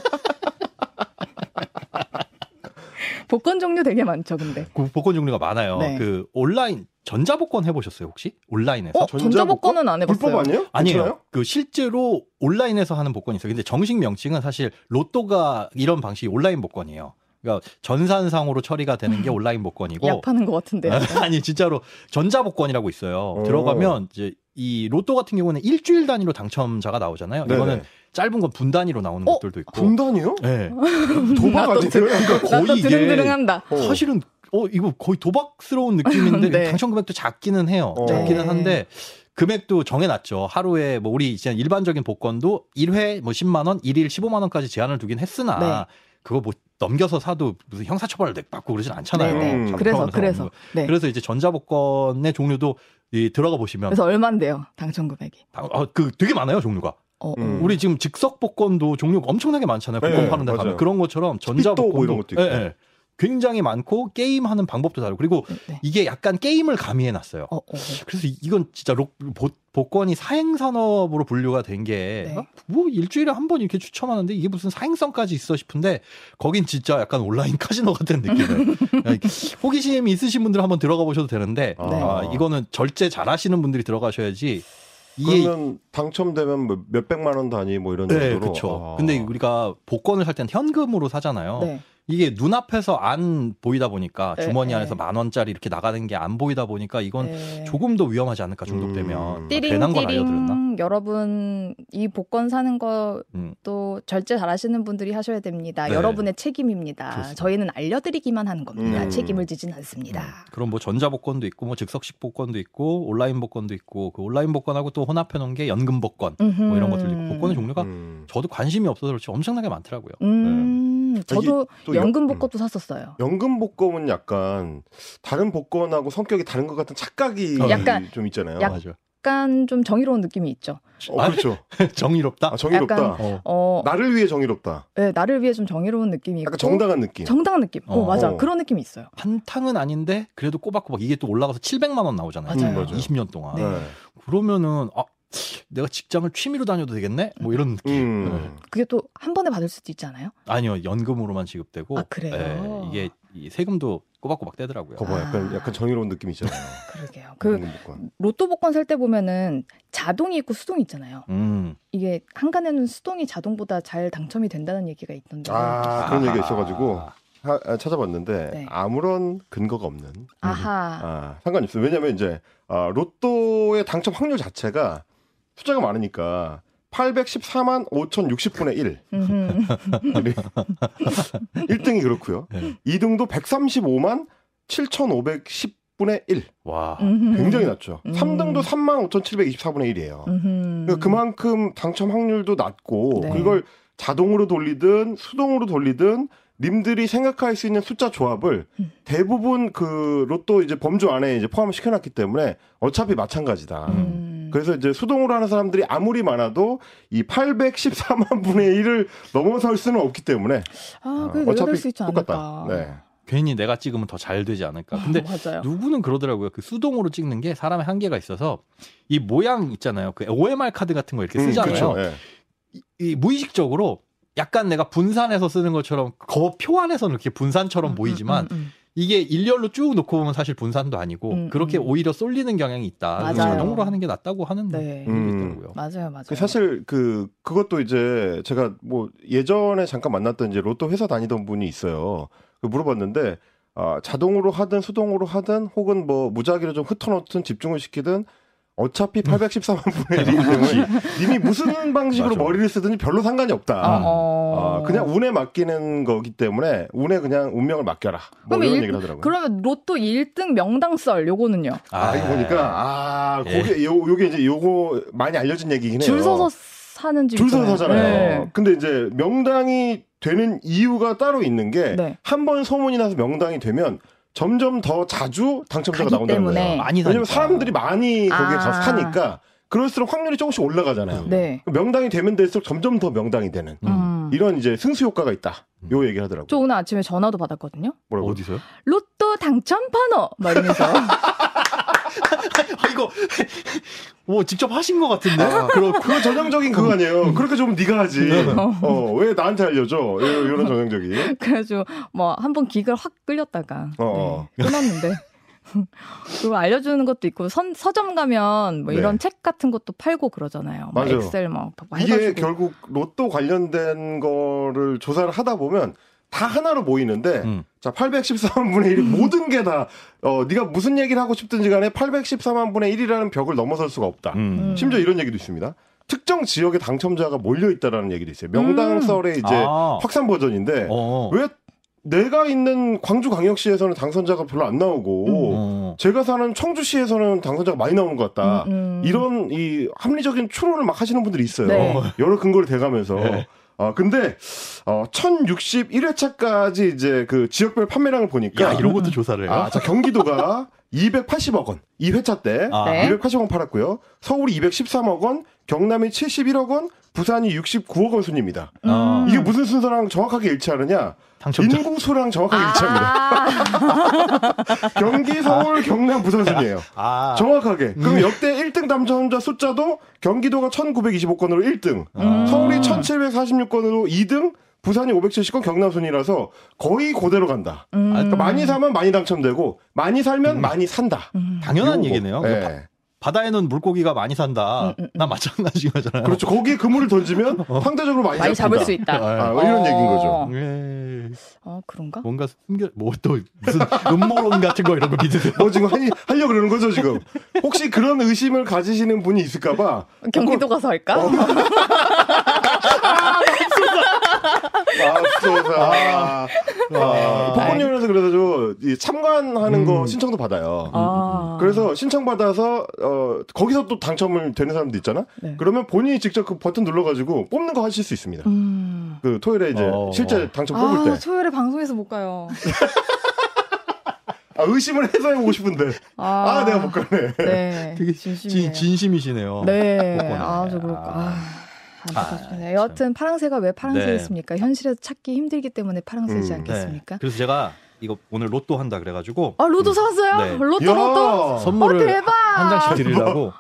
[SPEAKER 1] 복권 종류 되게 많죠, 근데.
[SPEAKER 3] (laughs) 그 복권 종류가 많아요.
[SPEAKER 1] 네.
[SPEAKER 3] 그 온라인 전자 복권 해보셨어요 혹시 온라인에서?
[SPEAKER 1] 어,
[SPEAKER 2] 전자복권?
[SPEAKER 1] 전자복권은 안
[SPEAKER 2] 불법
[SPEAKER 1] 해봤어요.
[SPEAKER 2] 아니에요?
[SPEAKER 3] 아니에요.
[SPEAKER 2] 괜찮아요?
[SPEAKER 3] 그 실제로 온라인에서 하는 복권이 있어요. 근데 정식 명칭은 사실 로또가 이런 방식이 온라인 복권이에요. 그러니까 전산상으로 처리가 되는 게 온라인 복권이고
[SPEAKER 1] 음. 약 파는 것 같은데. 요
[SPEAKER 3] 아니 (laughs) 진짜로 전자 복권이라고 있어요.
[SPEAKER 2] 오.
[SPEAKER 3] 들어가면 이제 이 로또 같은 경우는 일주일 단위로 당첨자가 나오잖아요.
[SPEAKER 2] 네네.
[SPEAKER 3] 이거는 짧은 건 분 단위로 나오는
[SPEAKER 1] 어?
[SPEAKER 3] 것들도 있고.
[SPEAKER 1] (laughs)
[SPEAKER 2] 분단이요?
[SPEAKER 3] 네. 그러니까
[SPEAKER 2] 도박
[SPEAKER 1] 나도
[SPEAKER 2] 아니에요?
[SPEAKER 1] (laughs) 나또
[SPEAKER 3] 거의 이게
[SPEAKER 1] 드릉드릉한다.
[SPEAKER 2] 어.
[SPEAKER 3] 사실은 어 이거 거의 도박스러운
[SPEAKER 1] (laughs)
[SPEAKER 3] 느낌인데
[SPEAKER 1] 네.
[SPEAKER 3] 당첨 금액도 작기는 해요.
[SPEAKER 2] 어.
[SPEAKER 1] 네.
[SPEAKER 3] 작기는 한데 금액도 정해놨죠. 하루에 뭐 우리 이제 일반적인 복권도 1회 뭐 10만 원, 1일 15만 원까지 제한을 두긴 했으나
[SPEAKER 1] 네.
[SPEAKER 3] 그거 뭐 넘겨서 사도 무슨 형사처벌을 받고 그러진 않잖아요.
[SPEAKER 1] 네,
[SPEAKER 2] 네.
[SPEAKER 1] 그래서
[SPEAKER 3] 잘못하면
[SPEAKER 1] 그래서 네.
[SPEAKER 3] 그래서 이제 전자복권의 종류도 이 들어가 보시면
[SPEAKER 1] 그래서 얼마인데요, 당첨 금액이?
[SPEAKER 3] 다- 어, 그 되게 많아요 종류가.
[SPEAKER 1] 어, 어.
[SPEAKER 2] 음.
[SPEAKER 3] 우리 지금 즉석 복권도 종류가 엄청나게 많잖아요.
[SPEAKER 2] 네,
[SPEAKER 3] 복권 파는 데
[SPEAKER 2] 맞아요.
[SPEAKER 3] 가면 그런 것처럼 전자
[SPEAKER 2] 스피또
[SPEAKER 3] 복권도
[SPEAKER 2] 뭐 이런 것도 있고.
[SPEAKER 3] 예, 예. 굉장히 많고 게임 하는 방법도 다르고 그리고
[SPEAKER 1] 네.
[SPEAKER 3] 이게 약간 게임을 가미해 놨어요.
[SPEAKER 1] 어, 어.
[SPEAKER 3] 그래서 이- 이건 진짜 로- 보- 복권이 사행 산업으로 분류가 된 게 뭐
[SPEAKER 1] 네.
[SPEAKER 3] 일주일에 한 번 이렇게 추첨하는데 이게 무슨 사행성까지 있어 싶은데 거긴 진짜 약간 온라인 (laughs) 카지노
[SPEAKER 1] (laughs)
[SPEAKER 3] 같은 느낌이에요. 네. 호기심이 있으신 분들 한번 들어가 보셔도 되는데
[SPEAKER 2] 아,
[SPEAKER 1] 네.
[SPEAKER 3] 아, 이거는 절제 잘하시는 분들이 들어가셔야지 이게
[SPEAKER 2] 그러면 당첨되면 뭐 몇백만 원 단위 뭐 이런
[SPEAKER 3] 네,
[SPEAKER 2] 정도로.
[SPEAKER 3] 그렇죠.
[SPEAKER 2] 아.
[SPEAKER 3] 근데 우리가 복권을 살 때는 현금으로 사잖아요.
[SPEAKER 1] 네.
[SPEAKER 3] 이게 눈앞에서 안 보이다 보니까
[SPEAKER 1] 네,
[SPEAKER 3] 주머니
[SPEAKER 1] 네.
[SPEAKER 3] 안에서 만 원짜리 이렇게 나가는 게 안 보이다 보니까 이건
[SPEAKER 1] 네.
[SPEAKER 3] 조금 더 위험하지 않을까 중독되면
[SPEAKER 2] 음.
[SPEAKER 1] 띠링,
[SPEAKER 3] 괜한 건
[SPEAKER 1] 띠링.
[SPEAKER 3] 알려드렸나?
[SPEAKER 1] 여러분 이 복권 사는
[SPEAKER 3] 음.
[SPEAKER 1] 것도 절제 잘하시는 분들이 하셔야 됩니다.
[SPEAKER 3] 네.
[SPEAKER 1] 여러분의 책임입니다.
[SPEAKER 3] 그렇습니다.
[SPEAKER 1] 저희는 알려드리기만 하는 겁니다.
[SPEAKER 2] 음.
[SPEAKER 1] 책임을 지진 않습니다.
[SPEAKER 3] 음. 그럼 뭐 전자 복권도 있고 뭐 즉석식 복권도 있고 온라인 복권도 있고 그 온라인 복권하고 또 혼합해 놓은 게 연금 복권 뭐 이런 것들도 있고 복권의 종류가
[SPEAKER 2] 음.
[SPEAKER 3] 저도 관심이 없어서 그렇지 엄청나게 많더라고요.
[SPEAKER 1] 음, 저도
[SPEAKER 2] 네. 아, 또 음.
[SPEAKER 1] 연금
[SPEAKER 2] 연-
[SPEAKER 1] 복권도 샀었어요.
[SPEAKER 2] 연금 복권은 약간 다른 복권하고 성격이 다른 것 같은 착각이
[SPEAKER 3] 어.
[SPEAKER 1] 약간-
[SPEAKER 2] 좀 있잖아요.
[SPEAKER 1] 약-
[SPEAKER 3] 맞아.
[SPEAKER 1] 약간 좀 정의로운 느낌이 있죠.
[SPEAKER 2] 어, 그렇죠.
[SPEAKER 3] 아, 정의롭다.
[SPEAKER 2] 아, 정의롭다.
[SPEAKER 1] 약간-
[SPEAKER 3] 어.
[SPEAKER 1] 어,
[SPEAKER 2] 나를 위해 정의롭다.
[SPEAKER 1] 네, 나를 위해 좀 정의로운 느낌이 있고
[SPEAKER 2] 약간 정당한 느낌.
[SPEAKER 1] 정당한 느낌. 어,
[SPEAKER 3] 어.
[SPEAKER 1] 맞아. 그런 느낌이 있어요.
[SPEAKER 3] 한탕은 아닌데 그래도 꼬박꼬박 이게 또 올라가서 700만 원 나오잖아요.
[SPEAKER 1] 맞아요.
[SPEAKER 2] 음, 맞아요.
[SPEAKER 3] 20년 동안.
[SPEAKER 1] 네.
[SPEAKER 3] 그러면은 아 내가 직장을 취미로 다녀도 되겠네? 뭐 이런 느낌. 네.
[SPEAKER 2] 음.
[SPEAKER 1] 그게 또 한 번에 받을 수도 있지 않아요?
[SPEAKER 3] 아니요 연금으로만 지급되고.
[SPEAKER 1] 아, 그래요?
[SPEAKER 3] 예, 이게 이 세금도 꼬박꼬박 떼더라고요.
[SPEAKER 2] 거봐 약간
[SPEAKER 1] 아.
[SPEAKER 2] 약간 정의로운 느낌 있잖아요.
[SPEAKER 1] 그러게요. 그
[SPEAKER 2] 방금 복권.
[SPEAKER 1] 로또 복권 살 때 보면은 자동이 있고 수동이 있잖아요.
[SPEAKER 3] 음.
[SPEAKER 1] 이게 한간에는 수동이 자동보다 잘 당첨이 된다는 얘기가 있던데.
[SPEAKER 2] 아, 그런
[SPEAKER 3] 아.
[SPEAKER 2] 얘기가 있어가지고 하- 아, 찾아봤는데
[SPEAKER 1] 네.
[SPEAKER 2] 아무런 근거가 없는.
[SPEAKER 1] 아하.
[SPEAKER 2] 아, 상관이 없어요. 왜냐면 이제 아, 로또의 당첨 확률 자체가 숫자가 많으니까 814만 5060분의 1.
[SPEAKER 1] 음흠.
[SPEAKER 2] (laughs) 1등이 그렇고요.
[SPEAKER 3] 네.
[SPEAKER 2] 2등도 135만 7510분의 1. (laughs)
[SPEAKER 3] 와.
[SPEAKER 1] 음흠.
[SPEAKER 2] 굉장히 낮죠.
[SPEAKER 1] 음.
[SPEAKER 2] 3등도 3만 5724분의 1이에요.
[SPEAKER 1] 음흠.
[SPEAKER 2] 그만큼 당첨 확률도 낮고
[SPEAKER 1] 네.
[SPEAKER 2] 그걸 자동으로 돌리든 수동으로 돌리든 님들이 생각할 수 있는 숫자 조합을
[SPEAKER 1] 음.
[SPEAKER 2] 대부분 그 로또 이제 범주 안에 이제 포함을 시켜놨기 때문에 어차피 마찬가지다.
[SPEAKER 1] 음.
[SPEAKER 2] 그래서 이제 수동으로 하는 사람들이 아무리 많아도 이 814만 분의 1을 넘어설 수는 없기 때문에
[SPEAKER 1] 아,
[SPEAKER 2] 어,
[SPEAKER 1] 그게 외워둘 수 있지 않을까. 음,
[SPEAKER 2] 네.
[SPEAKER 3] 괜히 내가 찍으면 더 잘 되지 않을까. 근데
[SPEAKER 1] 맞아요.
[SPEAKER 3] 누구는 그러더라고요. 그 수동으로 찍는 게 사람의 한계가 있어서 이 모양 있잖아요. 그 OMR 카드 같은 거 이렇게
[SPEAKER 2] 음,
[SPEAKER 3] 쓰잖아요.
[SPEAKER 2] 그렇죠. 예.
[SPEAKER 3] 이, 이 무의식적으로 약간 내가 분산해서 쓰는 것처럼 거표 안에서는 이렇게 분산처럼
[SPEAKER 1] 음,
[SPEAKER 3] 보이지만
[SPEAKER 1] 음, 음,
[SPEAKER 3] 이게 일렬로 쭉 놓고 보면 사실 분산도 아니고
[SPEAKER 1] 음,
[SPEAKER 3] 그렇게
[SPEAKER 1] 음.
[SPEAKER 3] 오히려 쏠리는 경향이 있다. 그래서
[SPEAKER 1] 맞아요.
[SPEAKER 3] 자동으로 하는 게 낫다고 하는
[SPEAKER 1] 음. 네.
[SPEAKER 2] 음.
[SPEAKER 3] 분도 있더라고요.
[SPEAKER 1] 맞아요, 맞아요.
[SPEAKER 2] 그 사실 그 그것도 이제 제가 뭐 예전에 잠깐 만났던 이제 로또 회사 다니던 분이 있어요. 그 물어봤는데 아, 자동으로 하든 수동으로 하든 혹은 뭐 무작위로 좀 흩어놓든 집중을 시키든 어차피
[SPEAKER 1] 음.
[SPEAKER 2] 814만 분의
[SPEAKER 1] (laughs)
[SPEAKER 2] 1이기 때문에
[SPEAKER 1] 아.
[SPEAKER 2] 이미 무슨 방식으로
[SPEAKER 3] 맞아.
[SPEAKER 2] 머리를 쓰든지 별로 상관이 없다.
[SPEAKER 3] 어.
[SPEAKER 2] 아, 그냥 운에 맡기는 거기 때문에 운에 그냥 운명을 맡겨라. 뭐
[SPEAKER 1] 그러면
[SPEAKER 2] 이런
[SPEAKER 1] 일-
[SPEAKER 2] 얘기를 하더라고요.
[SPEAKER 1] 그러면 로또 1등 명당 썰 요거는요.
[SPEAKER 2] 아, 이거 보니까 아, 그게 요 요게 이제 요거 많이 알려진 얘기긴 해요.
[SPEAKER 1] 예. 줄 서서 사는 집.
[SPEAKER 2] 줄 서서
[SPEAKER 1] 있잖아요. 네.
[SPEAKER 2] 사잖아요. 근데 이제 명당이 되는 이유가 따로
[SPEAKER 1] 네.
[SPEAKER 2] 있는 게
[SPEAKER 1] 네.
[SPEAKER 2] 한 번 소문이 나서 명당이 되면 점점 더 자주 당첨자가
[SPEAKER 1] 가기
[SPEAKER 2] 나온다는
[SPEAKER 1] 때문에.
[SPEAKER 2] 거예요.
[SPEAKER 3] 아, 많이 사니까.
[SPEAKER 2] 왜냐면 사람들이 많이 거기에
[SPEAKER 1] 아.
[SPEAKER 2] 가서 사니까 그럴수록 확률이 조금씩 올라가잖아요.
[SPEAKER 1] 네.
[SPEAKER 2] 명당이 되면 될수록 점점 더 명당이 되는
[SPEAKER 1] 음.
[SPEAKER 2] 이런 이제 승수 효과가 있다. 요 얘기를 하더라고요.
[SPEAKER 1] 저 오늘 아침에 전화도 받았거든요.
[SPEAKER 2] 뭐라고?
[SPEAKER 3] 어디서요?
[SPEAKER 1] 로또 당첨 번호 막
[SPEAKER 2] (laughs)
[SPEAKER 1] 이러면서 (laughs)
[SPEAKER 3] 아, 이거 (laughs) 뭐 직접 하신 것 같은데.
[SPEAKER 2] 아, 그거, 그거 전형적인 그거 아니에요. 그렇게 좀 네가 하지. 어, 왜 나한테 알려줘? 요- 요런 전형적인.
[SPEAKER 1] 그래가지고 뭐 한 번 기가 확 끌렸다가
[SPEAKER 2] 어, 어.
[SPEAKER 1] 네, 끊었는데
[SPEAKER 2] (laughs)
[SPEAKER 1] 그거 알려주는 것도 있고 선, 서점 가면 뭐
[SPEAKER 2] 네.
[SPEAKER 1] 이런 책 같은 것도 팔고 그러잖아요. 막
[SPEAKER 2] 맞아요.
[SPEAKER 1] 엑셀 막 해가지고
[SPEAKER 2] 이게 결국 로또 관련된 거를 조사를 하다 보면 다 하나로 모이는데
[SPEAKER 3] 음.
[SPEAKER 2] 자 814만분의 1이
[SPEAKER 1] 음.
[SPEAKER 2] 모든 게 다 어, 네가 무슨 얘기를 하고 싶든지 간에 814만분의 1이라는 벽을 넘어설 수가 없다.
[SPEAKER 1] 음.
[SPEAKER 2] 심지어 이런 얘기도 있습니다. 특정 지역에 당첨자가 몰려 있다라는 얘기도
[SPEAKER 1] 음.
[SPEAKER 2] 있어요. 명당설의 이제
[SPEAKER 3] 아.
[SPEAKER 2] 확산 버전인데
[SPEAKER 3] 어.
[SPEAKER 2] 왜 내가 있는 광주광역시에서는 당선자가 별로 안 나오고
[SPEAKER 3] 어.
[SPEAKER 2] 제가 사는 청주시에서는 당선자가 많이 나오는 것 같다.
[SPEAKER 1] 음. 음, 음.
[SPEAKER 2] 이런 이 합리적인 추론을 막 하시는 분들이 있어요.
[SPEAKER 1] 네.
[SPEAKER 2] 여러 근거를 대가면서.
[SPEAKER 3] 네.
[SPEAKER 2] 아 근데 어 1061회차까지 이제 그 지역별 판매량을 보니까
[SPEAKER 3] 야 이런 것도 조사를 해요.
[SPEAKER 2] 아, 자 경기도가 (laughs) 280억 원. 2회차 때
[SPEAKER 3] 아.
[SPEAKER 1] 네.
[SPEAKER 2] 280억 원 팔았고요. 서울이 213억 원, 경남이 71억 원, 부산이 69억 원 순입니다.
[SPEAKER 1] 음.
[SPEAKER 3] 아,
[SPEAKER 2] 이게 무슨 순서랑 정확하게 일치하느냐?
[SPEAKER 3] 당첨자.
[SPEAKER 2] 인구수랑 정확하게 일치합니다. (laughs)
[SPEAKER 1] 아,
[SPEAKER 2] 경기, 서울, 경남, 부산 순이에요.
[SPEAKER 3] 아.
[SPEAKER 2] 정확하게. 그럼 역대 1등 당첨자 숫자도 경기도가 1925건으로 1등,
[SPEAKER 3] 아.
[SPEAKER 2] 서울이 1746건으로 2등, 부산이 570건 경남 순이라서 거의 그대로 간다.
[SPEAKER 1] 음.
[SPEAKER 2] 그러니까 많이 사면 많이 당첨되고 많이 살면 많이 산다.
[SPEAKER 3] 음.
[SPEAKER 1] 음.
[SPEAKER 3] 당연한
[SPEAKER 2] 요거.
[SPEAKER 3] 얘기네요.
[SPEAKER 2] 예.
[SPEAKER 3] 바- 바다에는 물고기가 많이 산다.
[SPEAKER 1] 음,
[SPEAKER 3] 나 마찬가지잖아요.
[SPEAKER 2] 그렇죠. 거기에
[SPEAKER 3] (laughs)
[SPEAKER 2] 그물을 던지면
[SPEAKER 3] 어.
[SPEAKER 2] 상대적으로 많이,
[SPEAKER 1] 많이 잡을
[SPEAKER 2] 잡힌다.
[SPEAKER 1] 수 있다.
[SPEAKER 2] 아, 이런
[SPEAKER 1] 어.
[SPEAKER 2] 얘기인 거죠.
[SPEAKER 3] 예.
[SPEAKER 1] 어 그런가?
[SPEAKER 3] 뭔가 숨겨 뭐 또 무슨 음모론 같은 거 이런 거 믿으세요?
[SPEAKER 2] 뭐 지금 하니, 하려고 그러는 거죠, 지금. 혹시 그런 의심을 가지시는 분이 있을까봐 어,
[SPEAKER 1] 경기도 가서 할까?
[SPEAKER 2] 음, 맙소사.
[SPEAKER 3] 아.
[SPEAKER 2] 복권위원회에서 그래서 저 참관하는 거
[SPEAKER 3] 음.
[SPEAKER 2] 신청도 받아요.
[SPEAKER 1] 아.
[SPEAKER 2] 그래서 신청받아서 어 거기서 또 당첨을 되는 사람도 있잖아.
[SPEAKER 1] 네.
[SPEAKER 2] 그러면 본인이 직접 그 버튼 눌러가지고 뽑는 거 하실 수 있습니다.
[SPEAKER 1] 음.
[SPEAKER 2] 그 토요일에 이제
[SPEAKER 3] 어.
[SPEAKER 2] 실제 당첨 뽑을
[SPEAKER 1] 아
[SPEAKER 2] 때. (laughs)
[SPEAKER 1] 토요일에 방송에서 못 가요.
[SPEAKER 2] 아 아, 의심을 해서 해보고 싶은데. 아, 내가 못 가네. (laughs)
[SPEAKER 1] 네.
[SPEAKER 3] 되게
[SPEAKER 1] 진심이에요.
[SPEAKER 3] 진, 진심이시네요.
[SPEAKER 1] 네.
[SPEAKER 2] 어,
[SPEAKER 3] 못 보네.
[SPEAKER 1] 아, 저 그럴까. 아, 안타깝습니다.
[SPEAKER 3] 아,
[SPEAKER 1] 여하튼 파랑새가 왜
[SPEAKER 3] 네.
[SPEAKER 1] 파랑새 있습니까? 현실에서 찾기 힘들기 때문에 파랑새지
[SPEAKER 2] 음,
[SPEAKER 1] 않겠습니까?
[SPEAKER 3] 그래서 제가 이거 오늘 로또 한다 그래가지고
[SPEAKER 1] 아,
[SPEAKER 2] 음.
[SPEAKER 1] 로또 사왔어요?
[SPEAKER 3] 네.
[SPEAKER 1] 로또,
[SPEAKER 2] 야,
[SPEAKER 1] 로또? 어,
[SPEAKER 3] 선물을
[SPEAKER 1] 대박! 어.
[SPEAKER 3] 한 장씩 드리려고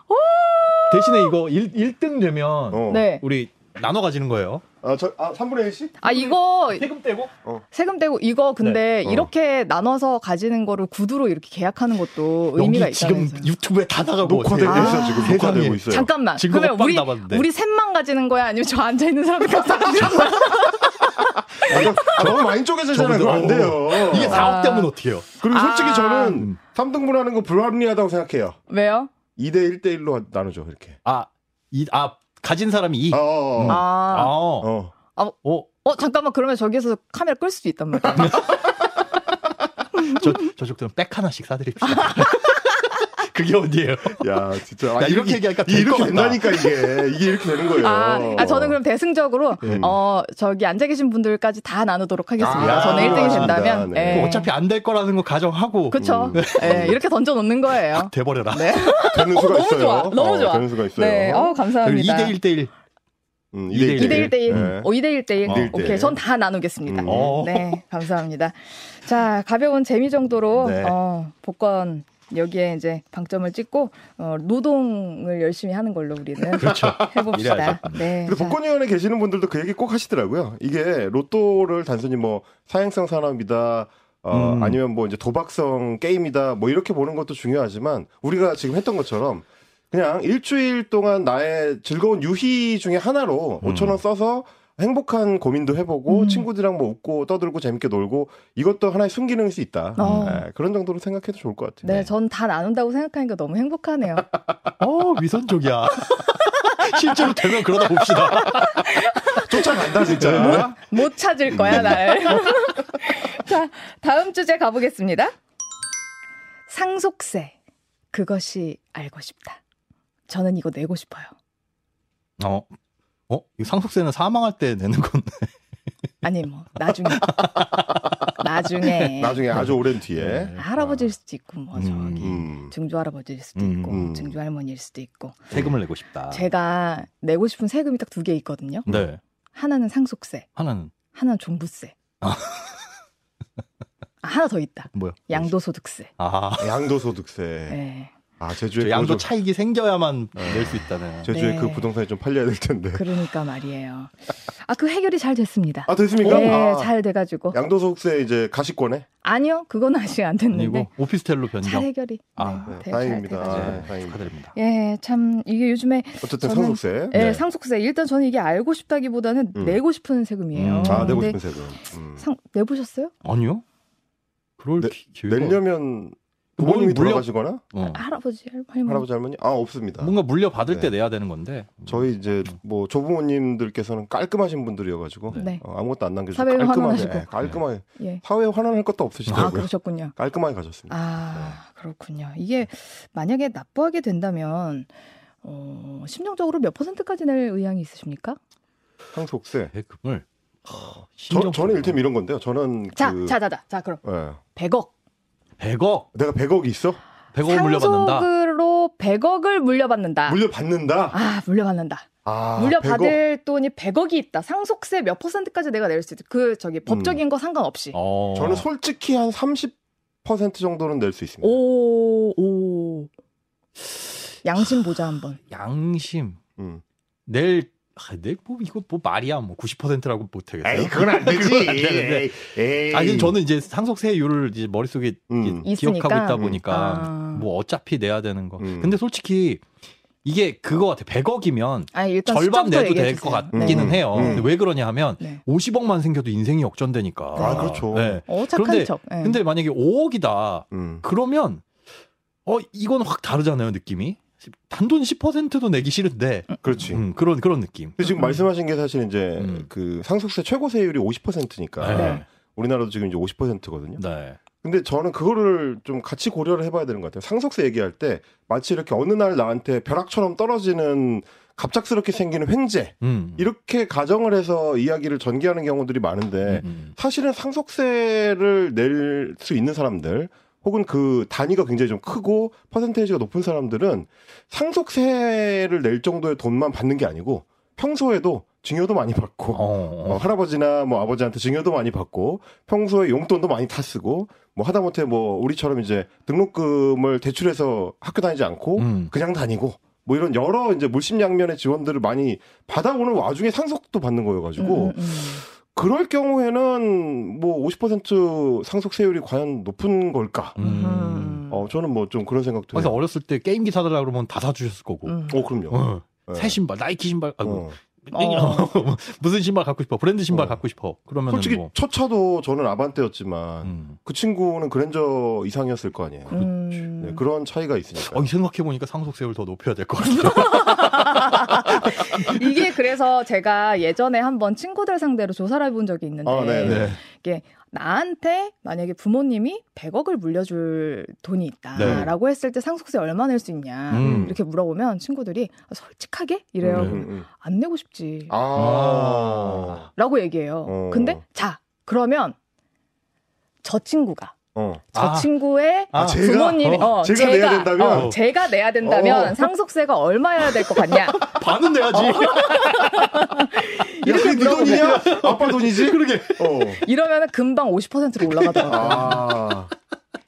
[SPEAKER 3] 대신에 이거 1, 등 되면
[SPEAKER 2] 어.
[SPEAKER 1] 네.
[SPEAKER 3] 우리 나눠 가지는 거예요. 어,
[SPEAKER 2] 아, 저, 아, 3분의 1씩?
[SPEAKER 1] 아, 이거
[SPEAKER 3] 세금 떼고
[SPEAKER 1] 세금 떼고 이거 근데
[SPEAKER 2] 네. 어.
[SPEAKER 1] 이렇게 나눠서 가지는 거를 구두로 이렇게 계약하는 것도 의미가
[SPEAKER 3] 여기
[SPEAKER 1] 있잖아요.
[SPEAKER 3] 지금 유튜브에 다 나가고
[SPEAKER 2] 녹화되고
[SPEAKER 1] 아.
[SPEAKER 2] 있어, 지금. 녹화되고 있어요.
[SPEAKER 1] 잠깐만.
[SPEAKER 3] 네. 지금
[SPEAKER 1] 그러면
[SPEAKER 3] 호빵
[SPEAKER 1] 우리
[SPEAKER 3] 남았는데.
[SPEAKER 1] 우리 셋만 가지는 거야? 아니면 저 앉아 있는 사람들까지 다
[SPEAKER 3] (laughs)
[SPEAKER 1] 가지는 거야?
[SPEAKER 2] 아, 저- 아, 너무 많이 쪼개져잖아요. 그거 안 돼요.
[SPEAKER 3] 어. 이게 4억 되면 어떻게 해요?
[SPEAKER 2] 그리고 솔직히
[SPEAKER 1] 아.
[SPEAKER 2] 저는 3등분 하는 거 불합리하다고 생각해요.
[SPEAKER 1] 왜요?
[SPEAKER 2] 2대 1대 1로 나누죠, 이렇게.
[SPEAKER 3] 아, 이, 아 가진 사람이 2.
[SPEAKER 2] 어, 어, 어.
[SPEAKER 3] 아,
[SPEAKER 1] 아,
[SPEAKER 3] 어.
[SPEAKER 2] 어.
[SPEAKER 1] 어 잠깐만 그러면 저기에서 카메라 끌 수도 있단 말이야.
[SPEAKER 3] 저, 저쪽들은 백 하나씩 사드립시다. (laughs) 그게 어디예요?
[SPEAKER 2] 야, 진짜. 아,
[SPEAKER 3] 나 이렇게
[SPEAKER 2] 이렇게,
[SPEAKER 3] 얘기하니까
[SPEAKER 2] 이게
[SPEAKER 3] 될것
[SPEAKER 2] 이렇게
[SPEAKER 3] 같다.
[SPEAKER 2] 된다니까, 이게. 이게 이렇게 되는 거예요.
[SPEAKER 1] 아, 아, 저는 그럼 대승적으로
[SPEAKER 2] 음.
[SPEAKER 1] 어 저기 앉아 계신 분들까지 다 나누도록 하겠습니다.
[SPEAKER 3] 예. 아,
[SPEAKER 1] 저는 1등이
[SPEAKER 2] 맞습니다.
[SPEAKER 1] 된다면
[SPEAKER 2] 네.
[SPEAKER 1] 예.
[SPEAKER 3] 뭐 어차피 안 될 거라는 거 가정하고
[SPEAKER 1] 그쵸.
[SPEAKER 2] 음.
[SPEAKER 1] 예, 이렇게 던져 놓는
[SPEAKER 3] (laughs) 아,
[SPEAKER 1] 거예요.
[SPEAKER 3] 돼버려라.
[SPEAKER 1] 네,
[SPEAKER 2] 되는
[SPEAKER 1] 어,
[SPEAKER 2] 수가
[SPEAKER 1] 너무
[SPEAKER 2] 있어요.
[SPEAKER 1] 좋아, 너무
[SPEAKER 2] 어,
[SPEAKER 1] 좋아.
[SPEAKER 2] 되는 수가 있어요.
[SPEAKER 1] 네, 어 감사합니다.
[SPEAKER 3] 2대 1대 1.
[SPEAKER 2] 음,
[SPEAKER 3] 이대
[SPEAKER 2] 2대
[SPEAKER 1] 2대1대1.
[SPEAKER 2] 1. 네.
[SPEAKER 1] 2대1대1.
[SPEAKER 3] 어.
[SPEAKER 1] 오케이. 전 다 나누겠습니다.
[SPEAKER 2] 음.
[SPEAKER 3] 어.
[SPEAKER 1] 네, 감사합니다. 자, 가벼운 재미 정도로
[SPEAKER 3] 네.
[SPEAKER 1] 어, 복권 여기에 이제 방점을 찍고 어, 노동을 열심히 하는 걸로 우리는
[SPEAKER 3] 그렇죠.
[SPEAKER 1] 해봅시다. 네.
[SPEAKER 2] 근데
[SPEAKER 1] 자,
[SPEAKER 2] 복권위원회 계시는 분들도 그 얘기 꼭 하시더라고요. 이게 로또를 단순히 뭐 사행성 산업이다, 어,
[SPEAKER 3] 음.
[SPEAKER 2] 아니면 뭐 이제 도박성 게임이다, 뭐 이렇게 보는 것도 중요하지만 우리가 지금 했던 것처럼 그냥 일주일 동안 나의 즐거운 유희 중에 하나로
[SPEAKER 3] 음.
[SPEAKER 2] 5천 원 써서 행복한 고민도 해보고
[SPEAKER 1] 음.
[SPEAKER 2] 친구들이랑 뭐 웃고 떠들고 재밌게 놀고 이것도 하나의 순기능일 수 있다.
[SPEAKER 1] 어.
[SPEAKER 2] 예, 그런 정도로 생각해도 좋을 것 같아요.
[SPEAKER 1] 네, 전 다 나눈다고 생각하니까 너무 행복하네요.
[SPEAKER 3] 어, 위선적이야. (laughs) 실제로 되면 그러다 봅시다.
[SPEAKER 2] 쫓아간다
[SPEAKER 3] 네.
[SPEAKER 2] 진짜.
[SPEAKER 1] 못 찾을 거야, 날. (laughs) 자, 다음 주제 가보겠습니다. 상속세. 그것이 알고 싶다. 저는 이거 내고 싶어요.
[SPEAKER 3] 어. 어? 이 상속세는 사망할 때 내는 건데.
[SPEAKER 1] 아니 뭐 나중에 나중에
[SPEAKER 2] 나중에 아주 오랜 뒤에.
[SPEAKER 1] 할아버지일 수도 있고 뭐
[SPEAKER 3] 음,
[SPEAKER 1] 저기
[SPEAKER 2] 음.
[SPEAKER 1] 증조 할아버지일 수도
[SPEAKER 3] 음,
[SPEAKER 1] 있고
[SPEAKER 2] 음.
[SPEAKER 1] 증조 할머니일 수도 있고
[SPEAKER 3] 세금을 내고 싶다.
[SPEAKER 1] 제가 내고 싶은 세금이 딱 두 개 있거든요.
[SPEAKER 3] 네.
[SPEAKER 1] 하나는 상속세,
[SPEAKER 3] 하나는
[SPEAKER 1] 하나는 종부세.
[SPEAKER 3] 아.
[SPEAKER 1] 아, 하나 더 있다.
[SPEAKER 3] 뭐요?
[SPEAKER 1] 양도소득세.
[SPEAKER 3] 아.
[SPEAKER 2] 양도소득세.
[SPEAKER 1] 네.
[SPEAKER 3] 저
[SPEAKER 2] 아
[SPEAKER 3] 네. 양도
[SPEAKER 2] 제주에 양도
[SPEAKER 3] 차익이 생겨야만 낼 수 있다는.
[SPEAKER 2] 제주에
[SPEAKER 1] 네.
[SPEAKER 2] 그 부동산이 좀 팔려야 될 텐데.
[SPEAKER 1] 그러니까 말이에요. 아 그 해결이 잘 됐습니다.
[SPEAKER 2] 아 됐습니까?
[SPEAKER 1] 네,
[SPEAKER 2] 아,
[SPEAKER 1] 잘 돼가지고
[SPEAKER 2] 양도소득세 이제 가시권에.
[SPEAKER 1] 아니요, 그건 아직 안 됐는데
[SPEAKER 3] 아니고 오피스텔로
[SPEAKER 1] 잘
[SPEAKER 3] 변경.
[SPEAKER 1] 해결이
[SPEAKER 3] 아,
[SPEAKER 1] 네,
[SPEAKER 2] 네,
[SPEAKER 1] 돼- 잘
[SPEAKER 2] 다행입니다.
[SPEAKER 1] 돼가지고.
[SPEAKER 2] 아,
[SPEAKER 3] 네,
[SPEAKER 2] 다행입니다.
[SPEAKER 3] 축하드립니다.
[SPEAKER 1] 예, 참 이게 요즘에
[SPEAKER 2] 어쨌든
[SPEAKER 1] 저는-
[SPEAKER 2] 상속세.
[SPEAKER 1] 예,
[SPEAKER 3] 네.
[SPEAKER 1] 상속세. 일단 저는 이게 알고 싶다기보다는
[SPEAKER 2] 음.
[SPEAKER 1] 내고 싶은 세금이에요.
[SPEAKER 3] 음.
[SPEAKER 2] 아 내고
[SPEAKER 1] 근데
[SPEAKER 2] 싶은 세금. 음.
[SPEAKER 1] 상 내보셨어요?
[SPEAKER 3] 아니요. 그럴
[SPEAKER 2] 내-
[SPEAKER 3] 기- 기회가.
[SPEAKER 2] 내려면
[SPEAKER 3] 뭐,
[SPEAKER 2] 그 부모님이
[SPEAKER 3] 물려-
[SPEAKER 2] 돌아가시거나
[SPEAKER 1] 음.
[SPEAKER 3] 어.
[SPEAKER 1] 할아버지 할머니.
[SPEAKER 2] 할아버지 할머니 아 없습니다.
[SPEAKER 3] 뭔가 물려받을 때
[SPEAKER 2] 네.
[SPEAKER 3] 내야 되는 건데.
[SPEAKER 2] 저희 이제 뭐 조부모님들께서는 깔끔하신 분들이어가지고
[SPEAKER 1] 네.
[SPEAKER 2] 어, 아무것도 안 남겨주고
[SPEAKER 1] 사회에
[SPEAKER 2] 깔끔하게
[SPEAKER 1] 환원하시고.
[SPEAKER 2] 예, 깔끔하게
[SPEAKER 1] 예.
[SPEAKER 2] 사회에 환원할 것도
[SPEAKER 1] 아
[SPEAKER 2] 없으시더라고요. 네.
[SPEAKER 1] 그러셨군요.
[SPEAKER 2] 깔끔하게 가셨습니다.
[SPEAKER 1] 아 그렇군요. 이게 만약에 납부하게 된다면 어, 심정적으로 몇 퍼센트까지 낼 의향이 있으십니까?
[SPEAKER 2] 아. 상속세.
[SPEAKER 3] 세금을. 아,
[SPEAKER 2] 저, 저는 일템 이런 건데요. 저는
[SPEAKER 1] 자,
[SPEAKER 2] 그
[SPEAKER 1] 자, 자, 자, 자, 그럼
[SPEAKER 2] 예.
[SPEAKER 1] 100억.
[SPEAKER 3] 100억.
[SPEAKER 2] 내가 100억이 있어?
[SPEAKER 3] 100억을 물려받는다.
[SPEAKER 1] 상속으로 100억을 물려받는다.
[SPEAKER 2] 물려받는다.
[SPEAKER 1] 아, 물려받는다.
[SPEAKER 2] 아,
[SPEAKER 1] 물려받을 돈이 100억이 있다. 상속세 몇 퍼센트까지 내가 낼 수 있다. 그 저기
[SPEAKER 2] 음.
[SPEAKER 1] 법적인 거 상관없이.
[SPEAKER 3] 어.
[SPEAKER 2] 저는 솔직히 한 30% 정도는 낼 수 있습니다.
[SPEAKER 1] 오, 오. 양심 보자 한번.
[SPEAKER 3] 양심.
[SPEAKER 2] 음.
[SPEAKER 3] 내일 아, 내일 뭐 이거 뭐 말이야 뭐 90%라고 못 하겠어요.
[SPEAKER 2] 그건 안
[SPEAKER 3] 그건 안 되는데.
[SPEAKER 2] 에이.
[SPEAKER 3] 아니 저는 이제 상속세율을 이제 머릿속에
[SPEAKER 2] 음.
[SPEAKER 3] 이제 기억하고
[SPEAKER 1] 있으니까.
[SPEAKER 3] 있다 보니까
[SPEAKER 1] 아.
[SPEAKER 3] 뭐 어차피 내야 되는 거.
[SPEAKER 2] 음.
[SPEAKER 3] 근데 솔직히 이게 그거 같아. 100억이면
[SPEAKER 1] 아니 일단
[SPEAKER 3] 절반
[SPEAKER 1] 숫자부터
[SPEAKER 3] 내도 될
[SPEAKER 1] 얘기해
[SPEAKER 3] 것
[SPEAKER 1] 주세요.
[SPEAKER 3] 같기는
[SPEAKER 2] 음.
[SPEAKER 3] 해요.
[SPEAKER 2] 음.
[SPEAKER 3] 근데 왜 그러냐 하면
[SPEAKER 1] 네.
[SPEAKER 3] 50억만 생겨도 인생이 역전되니까.
[SPEAKER 2] 아, 그렇죠.
[SPEAKER 3] 네.
[SPEAKER 1] 어, 착한
[SPEAKER 3] 그런데-
[SPEAKER 1] 척. 예.
[SPEAKER 3] 근데 만약에 5억이다.
[SPEAKER 2] 음.
[SPEAKER 3] 그러면 어 이건 확 다르잖아요, 느낌이. 단돈 10%도 내기 싫은데
[SPEAKER 2] 그렇지.
[SPEAKER 3] 음, 그런 그런 느낌.
[SPEAKER 2] 근데 지금 말씀하신 게 사실 이제
[SPEAKER 3] 음.
[SPEAKER 2] 그 상속세 최고 세율이 50%니까
[SPEAKER 1] 네.
[SPEAKER 2] 우리나라도 지금 이제 50%거든요.
[SPEAKER 3] 그러니까 네.
[SPEAKER 2] 근데 저는 그거를 좀 같이 고려를 해봐야 되는 것 같아요. 상속세 얘기할 때 마치 이렇게 어느 날 나한테 벼락처럼 떨어지는 갑작스럽게 생기는 횡재
[SPEAKER 3] 음.
[SPEAKER 2] 이렇게 가정을 해서 이야기를 전개하는 경우들이 많은데
[SPEAKER 3] 음.
[SPEAKER 2] 사실은 상속세를 낼 수 있는 사람들 혹은 그 단위가 굉장히 좀 크고 퍼센테이지가 높은 사람들은 상속세를 낼 정도의 돈만 받는 게 아니고 평소에도 증여도 많이 받고 어,
[SPEAKER 3] 어.
[SPEAKER 2] 할아버지나 뭐 아버지한테 증여도 많이 받고 평소에 용돈도 많이 타 쓰고 뭐 하다못해 뭐 우리처럼 이제 등록금을 대출해서 학교 다니지 않고
[SPEAKER 3] 음.
[SPEAKER 2] 그냥 다니고 뭐 이런 여러 이제 물심양면의 지원들을 많이 받아오는 와중에 상속도 받는 거여가지고
[SPEAKER 1] 음, 음, 음.
[SPEAKER 2] 그럴 경우에는 뭐 50% 상속세율이 과연 높은 걸까?
[SPEAKER 3] 음.
[SPEAKER 2] 어 저는 뭐 좀 그런 생각도
[SPEAKER 3] 그래서
[SPEAKER 2] 해요.
[SPEAKER 3] 어렸을 때 게임기 사달라 그러면 다 사주셨을 거고.
[SPEAKER 1] 음.
[SPEAKER 2] 어 그럼요.
[SPEAKER 3] 뭐, 어.
[SPEAKER 2] 예.
[SPEAKER 3] 새 신발, 나이키 신발, 아이고.
[SPEAKER 2] 어.
[SPEAKER 3] (laughs)
[SPEAKER 1] 어.
[SPEAKER 3] 무슨 신발 갖고 싶어? 브랜드 신발
[SPEAKER 2] 어.
[SPEAKER 3] 갖고 싶어. 그러면
[SPEAKER 2] 솔직히
[SPEAKER 3] 뭐.
[SPEAKER 2] 첫 차도 저는 아반떼였지만
[SPEAKER 3] 음.
[SPEAKER 2] 그 친구는 그랜저 이상이었을 거 아니에요.
[SPEAKER 1] 음.
[SPEAKER 2] 네, 그런 차이가 있으니까.
[SPEAKER 3] 어, 생각해 보니까 상속세율 더 높여야
[SPEAKER 2] (laughs)
[SPEAKER 3] 될 것 같아요.
[SPEAKER 1] 아, 이게 그래서 제가 예전에 한번 친구들 상대로 조사를 해본 적이 있는데
[SPEAKER 2] 아, 네네.
[SPEAKER 3] 네.
[SPEAKER 1] 나한테 만약에 부모님이 100억을 물려줄 돈이
[SPEAKER 3] 네.
[SPEAKER 1] 있다라고 했을 때 상속세 얼마 낼 수 있냐
[SPEAKER 3] 음.
[SPEAKER 1] 이렇게 물어보면 친구들이 아, 솔직하게 이래요
[SPEAKER 3] 음.
[SPEAKER 1] 안 내고 싶지
[SPEAKER 2] 아.
[SPEAKER 3] 아.
[SPEAKER 1] 라고 얘기해요
[SPEAKER 2] 어.
[SPEAKER 1] 근데 자 그러면 저 친구가
[SPEAKER 2] 어.
[SPEAKER 1] 저
[SPEAKER 3] 아.
[SPEAKER 1] 친구의
[SPEAKER 3] 아,
[SPEAKER 2] 제가?
[SPEAKER 1] 부모님이
[SPEAKER 3] 어,
[SPEAKER 1] 어,
[SPEAKER 2] 제가 내야 된다면?
[SPEAKER 1] 어, 제가 내야 된다면
[SPEAKER 2] 어.
[SPEAKER 1] 상속세가 얼마여야 될 것
[SPEAKER 2] (laughs)
[SPEAKER 1] 같냐
[SPEAKER 3] 반은 내야지.
[SPEAKER 2] 아. 야, 그게 네 돈이냐? 아빠 돈이지?
[SPEAKER 3] 그러게.
[SPEAKER 2] 어.
[SPEAKER 1] 이러면 금방 50%로
[SPEAKER 2] (laughs)
[SPEAKER 1] 올라가더라고요
[SPEAKER 2] 아.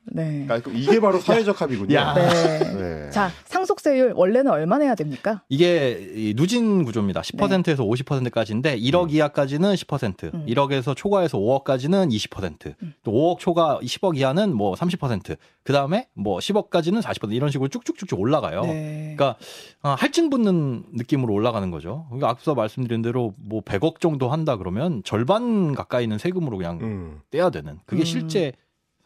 [SPEAKER 1] 네.
[SPEAKER 2] 그러니까 이게 바로 사회적 합의군요.
[SPEAKER 3] 야.
[SPEAKER 1] 네.
[SPEAKER 2] 네.
[SPEAKER 1] 자, 상속세율 원래는 얼마 내야 됩니까?
[SPEAKER 3] 이게 이 누진 구조입니다. 10%에서 50%까지인데 1억
[SPEAKER 2] 음.
[SPEAKER 3] 이하까지는 10%,
[SPEAKER 1] 네. 음.
[SPEAKER 3] 1억에서 초과해서 5억까지는 20%,
[SPEAKER 1] 음.
[SPEAKER 3] 또 5억 초과 10억 이하는 뭐 30%, 그 다음에 뭐 10억까지는 40% 이런 식으로 쭉쭉쭉쭉 올라가요.
[SPEAKER 2] 어,
[SPEAKER 1] 네.
[SPEAKER 3] 그러니까 아, 할증 붙는 느낌으로 올라가는 거죠. 그러니까 앞서 말씀드린 대로 뭐 100억 정도 한다 그러면 절반 가까이는 세금으로 그냥
[SPEAKER 2] 음.
[SPEAKER 3] 떼야 되는 그게
[SPEAKER 1] 음.
[SPEAKER 3] 실제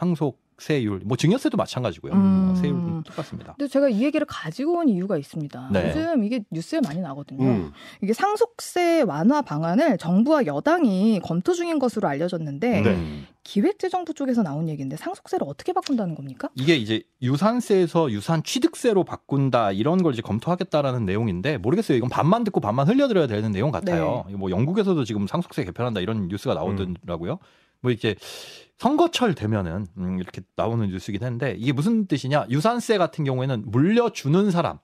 [SPEAKER 3] 상속세율, 뭐 증여세도 마찬가지고요.
[SPEAKER 1] 음.
[SPEAKER 3] 세율은 똑같습니다.
[SPEAKER 1] 근데 제가 이 얘기를 가지고 온 이유가 있습니다.
[SPEAKER 3] 네.
[SPEAKER 1] 요즘 이게 뉴스에 많이
[SPEAKER 3] 뭐
[SPEAKER 1] 나거든요.
[SPEAKER 2] 음.
[SPEAKER 1] 이게 상속세 완화 방안을 정부와 여당이 검토 중인 것으로 알려졌는데
[SPEAKER 2] 네.
[SPEAKER 3] 음.
[SPEAKER 1] 기획재정부 쪽에서 나온 얘기인데 상속세를 어떻게 바꾼다는 겁니까?
[SPEAKER 3] 이게 이제 유산세에서 유산 취득세로 바꾼다 이런 걸 이제 검토하겠다라는 내용인데 모르겠어요. 이건 반만 듣고 반만 흘려들어야 되는 내용 같아요. 뭐 영국에서도 지금 상속세 개편한다 이런
[SPEAKER 1] 음.
[SPEAKER 3] 뉴스가 나오더라고요. 뭐 이렇게 선거철 되면은 음, 이렇게 나오는 뉴스긴 한데 이게 무슨 뜻이냐? 유산세 같은 경우에는 물려주는 사람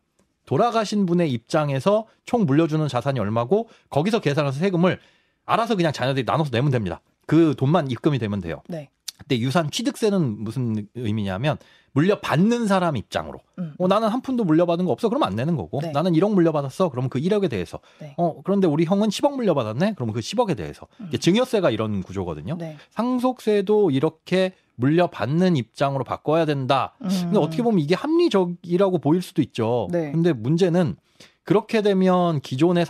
[SPEAKER 3] 돌아가신 분의 입장에서 총 물려주는 자산이 얼마고 거기서 계산해서 세금을 알아서 그냥 자녀들이 나눠서 내면 됩니다. 그 돈만 입금이 되면 돼요.
[SPEAKER 1] 네.
[SPEAKER 3] 근데 유산 취득세는 무슨 의미냐면 물려받는 사람 입장으로
[SPEAKER 1] 음.
[SPEAKER 3] 어, 나는 한 푼도 물려받은 거 없어. 그러면 안 내는 거고.
[SPEAKER 1] 네.
[SPEAKER 3] 나는 1억 물려받았어. 그러면 그 1억에 대해서.
[SPEAKER 1] 네.
[SPEAKER 3] 어, 그런데 우리 형은 10억 물려받았네. 그러면 그 10억에 대해서. 이게
[SPEAKER 1] 음.
[SPEAKER 3] 증여세가 이런 구조거든요.
[SPEAKER 1] 네.
[SPEAKER 3] 상속세도 이렇게 물려받는 입장으로 바꿔야 된다.
[SPEAKER 1] 음.
[SPEAKER 3] 근데 어떻게 보면 이게 합리적이라고 보일 수도 있죠.
[SPEAKER 1] 네.
[SPEAKER 3] 근데 문제는 그렇게 되면 기존의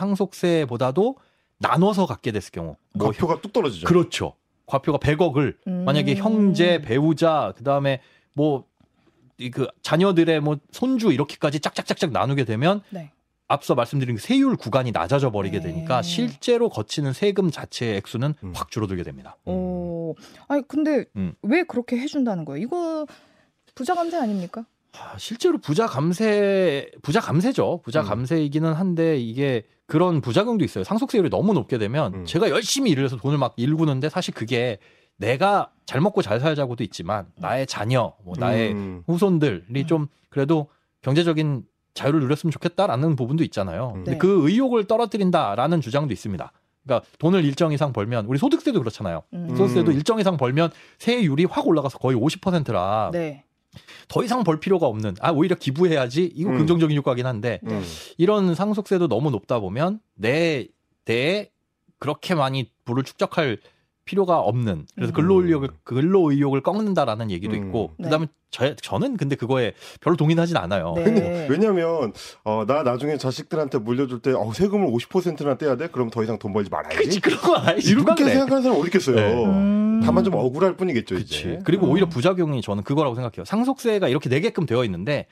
[SPEAKER 3] 상속세보다도 나눠서 갖게 됐을 경우. 뭐
[SPEAKER 2] 과표가 뚝 떨어지죠.
[SPEAKER 3] 그렇죠. 과표가 100억을
[SPEAKER 1] 음.
[SPEAKER 3] 만약에 형제, 배우자, 그다음에 뭐 이 그 자녀들의 뭐 손주 이렇게까지 짝짝짝짝 나누게 되면
[SPEAKER 1] 네.
[SPEAKER 3] 앞서 말씀드린 그 세율 구간이 낮아져 버리게
[SPEAKER 1] 네.
[SPEAKER 3] 되니까 실제로 거치는 세금 자체의 액수는
[SPEAKER 2] 음.
[SPEAKER 3] 확 줄어들게 됩니다.
[SPEAKER 1] 오. 아니 근데
[SPEAKER 3] 음.
[SPEAKER 1] 왜 그렇게 해준다는 거예요? 이거 부자 감세 아닙니까?
[SPEAKER 3] 아, 실제로 부자 감세 부자 감세죠. 부자
[SPEAKER 2] 음.
[SPEAKER 3] 감세이기는 한데 이게 그런 부작용도 있어요. 상속세율이 너무 높게 되면
[SPEAKER 2] 음.
[SPEAKER 3] 제가 열심히 일을 해서 돈을 막 일구는데 사실 그게 내가 잘 먹고 잘 살자고도 있지만 나의 자녀, 뭐 나의
[SPEAKER 2] 음.
[SPEAKER 3] 후손들이
[SPEAKER 1] 음.
[SPEAKER 3] 좀 그래도 경제적인 자유를 누렸으면 좋겠다라는 부분도 있잖아요.
[SPEAKER 2] 음.
[SPEAKER 3] 근데
[SPEAKER 1] 네.
[SPEAKER 3] 그 의욕을 떨어뜨린다라는 주장도 있습니다. 그러니까 돈을 일정 이상 벌면 우리 소득세도 그렇잖아요.
[SPEAKER 1] 음.
[SPEAKER 2] 음.
[SPEAKER 3] 소득세도 일정 이상 벌면 세율이 확 올라가서 거의
[SPEAKER 2] 아.
[SPEAKER 3] 50%라
[SPEAKER 1] 네.
[SPEAKER 3] 더 이상 벌 필요가 없는 아 오히려 기부해야지 이거
[SPEAKER 2] 음.
[SPEAKER 3] 긍정적인 효과긴 한데
[SPEAKER 2] 음.
[SPEAKER 3] 이런 상속세도 너무 높다 보면 내 대에 그렇게 많이 부를 축적할 필요가 없는 그래서
[SPEAKER 1] 음.
[SPEAKER 3] 근로 의욕을 근로 의욕을 꺾는다라는 얘기도
[SPEAKER 2] 음.
[SPEAKER 3] 있고
[SPEAKER 1] 네.
[SPEAKER 3] 그다음에 저, 저는 근데 그거에 별로 동의하진 않아요.
[SPEAKER 1] 네.
[SPEAKER 2] 왜냐면 어, 나 나중에 자식들한테 물려줄 때 어, 세금을 50%나 떼야 돼? 그럼 더 이상 돈 벌지 말아야지.
[SPEAKER 3] (laughs) 그치 그런 거 아니지. 누가
[SPEAKER 2] 이렇게
[SPEAKER 3] 그래?
[SPEAKER 2] 생각하는 사람 어디 있겠어요.
[SPEAKER 3] 네.
[SPEAKER 1] 음.
[SPEAKER 2] 다만 좀 억울할 뿐이겠죠,
[SPEAKER 3] 그치.
[SPEAKER 2] 이제.
[SPEAKER 3] 그리고
[SPEAKER 1] 음.
[SPEAKER 3] 오히려 부작용이 저는 그거라고 생각해요. 상속세가 이렇게 내게끔 되어 있는데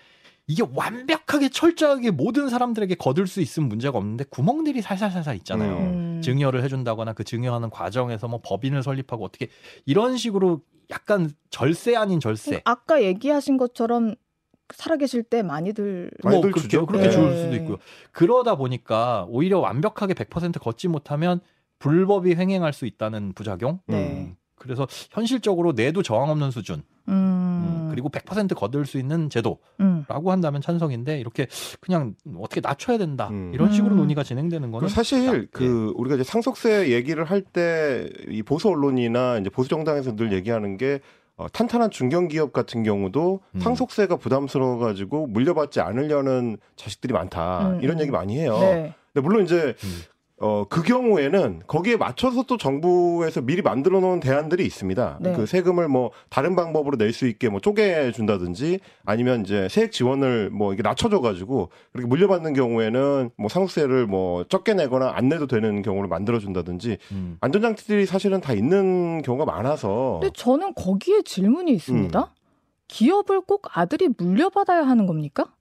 [SPEAKER 3] 이게 완벽하게 철저하게 모든 사람들에게 거둘 수 있으면 문제가 없는데 구멍들이 살살살살 있잖아요.
[SPEAKER 1] 음.
[SPEAKER 3] 증여를 해준다거나 그 증여하는 과정에서 뭐 법인을 설립하고 어떻게 이런 식으로 약간 절세 아닌 절세.
[SPEAKER 1] 아까 얘기하신 것처럼 살아계실 때 많이들
[SPEAKER 2] 많이들
[SPEAKER 3] 뭐 그렇게
[SPEAKER 2] 주죠.
[SPEAKER 3] 그렇게
[SPEAKER 1] 네.
[SPEAKER 3] 줄 수도 있고요. 그러다 보니까 오히려 완벽하게 100% 걷지 못하면 불법이 횡행할 수 있다는 부작용.
[SPEAKER 1] 네.
[SPEAKER 3] 그래서 현실적으로 내도 저항 없는 수준. 음, 그리고 100% 거둘 수 있는 제도라고
[SPEAKER 1] 음.
[SPEAKER 3] 한다면 찬성인데 이렇게 그냥 어떻게 낮춰야 된다
[SPEAKER 2] 음.
[SPEAKER 3] 이런 식으로
[SPEAKER 1] 음.
[SPEAKER 3] 논의가 진행되는
[SPEAKER 2] 그리고
[SPEAKER 3] 거는 네.
[SPEAKER 2] 사실
[SPEAKER 3] 야,
[SPEAKER 2] 그 우리가 이제 상속세 얘기를 할 때 이 보수 언론이나 이제 보수 정당에서 늘 얘기하는 게 어, 탄탄한 중견 기업 같은 경우도
[SPEAKER 3] 음.
[SPEAKER 2] 상속세가 부담스러워 가지고 물려받지 않으려는 자식들이 많다
[SPEAKER 1] 음,
[SPEAKER 2] 이런
[SPEAKER 1] 음.
[SPEAKER 2] 얘기 많이 해요.
[SPEAKER 1] 네.
[SPEAKER 2] 근데 물론 이제
[SPEAKER 3] 음.
[SPEAKER 2] 어, 그 경우에는 거기에 맞춰서 또 정부에서 미리 만들어 놓은 대안들이 있습니다.
[SPEAKER 1] 네.
[SPEAKER 2] 그 세금을 뭐 다른 방법으로 낼 수 있게 뭐 쪼개 준다든지 아니면 이제 세액 지원을 뭐 이렇게 낮춰줘 가지고 그렇게 물려받는 경우에는 뭐 상속세를 뭐 적게 내거나 안 내도 되는 경우를 만들어 준다든지
[SPEAKER 3] 음.
[SPEAKER 2] 안전장치들이 사실은 다 있는 경우가 많아서
[SPEAKER 1] 근데 저는 거기에 질문이 있습니다.
[SPEAKER 2] 음.
[SPEAKER 1] 기업을 꼭 아들이 물려받아야 하는 겁니까?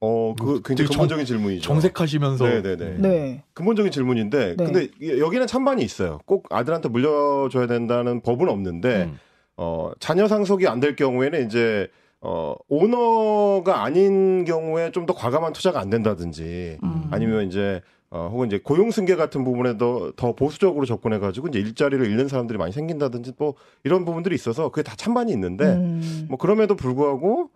[SPEAKER 2] 어, 그
[SPEAKER 3] 뭐
[SPEAKER 2] 굉장히
[SPEAKER 3] 되게 정-
[SPEAKER 2] 근본적인 질문이죠.
[SPEAKER 3] 정색하시면서 음.
[SPEAKER 2] 네네네.
[SPEAKER 1] 네.
[SPEAKER 2] 근본적인 질문인데
[SPEAKER 1] 네.
[SPEAKER 2] 근데 이- 여기는 찬반이 있어요. 꼭 아들한테 물려줘야 된다는 법은
[SPEAKER 1] 네.
[SPEAKER 2] 없는데
[SPEAKER 3] 음.
[SPEAKER 2] 어, 자녀 상속이 안 될 경우에는 이제 어, 오너가 아닌 경우에 좀 더 과감한 투자가 안 된다든지
[SPEAKER 1] 음.
[SPEAKER 2] 아니면 이제 어, 혹은 이제 고용 승계 같은 부분에 더, 더 보수적으로 접근해 가지고 이제 일자리를 잃는 사람들이 많이 생긴다든지 또 이런 부분들이 있어서 그게 다 찬반이 있는데
[SPEAKER 1] 음.
[SPEAKER 2] 뭐 그럼에도 불구하고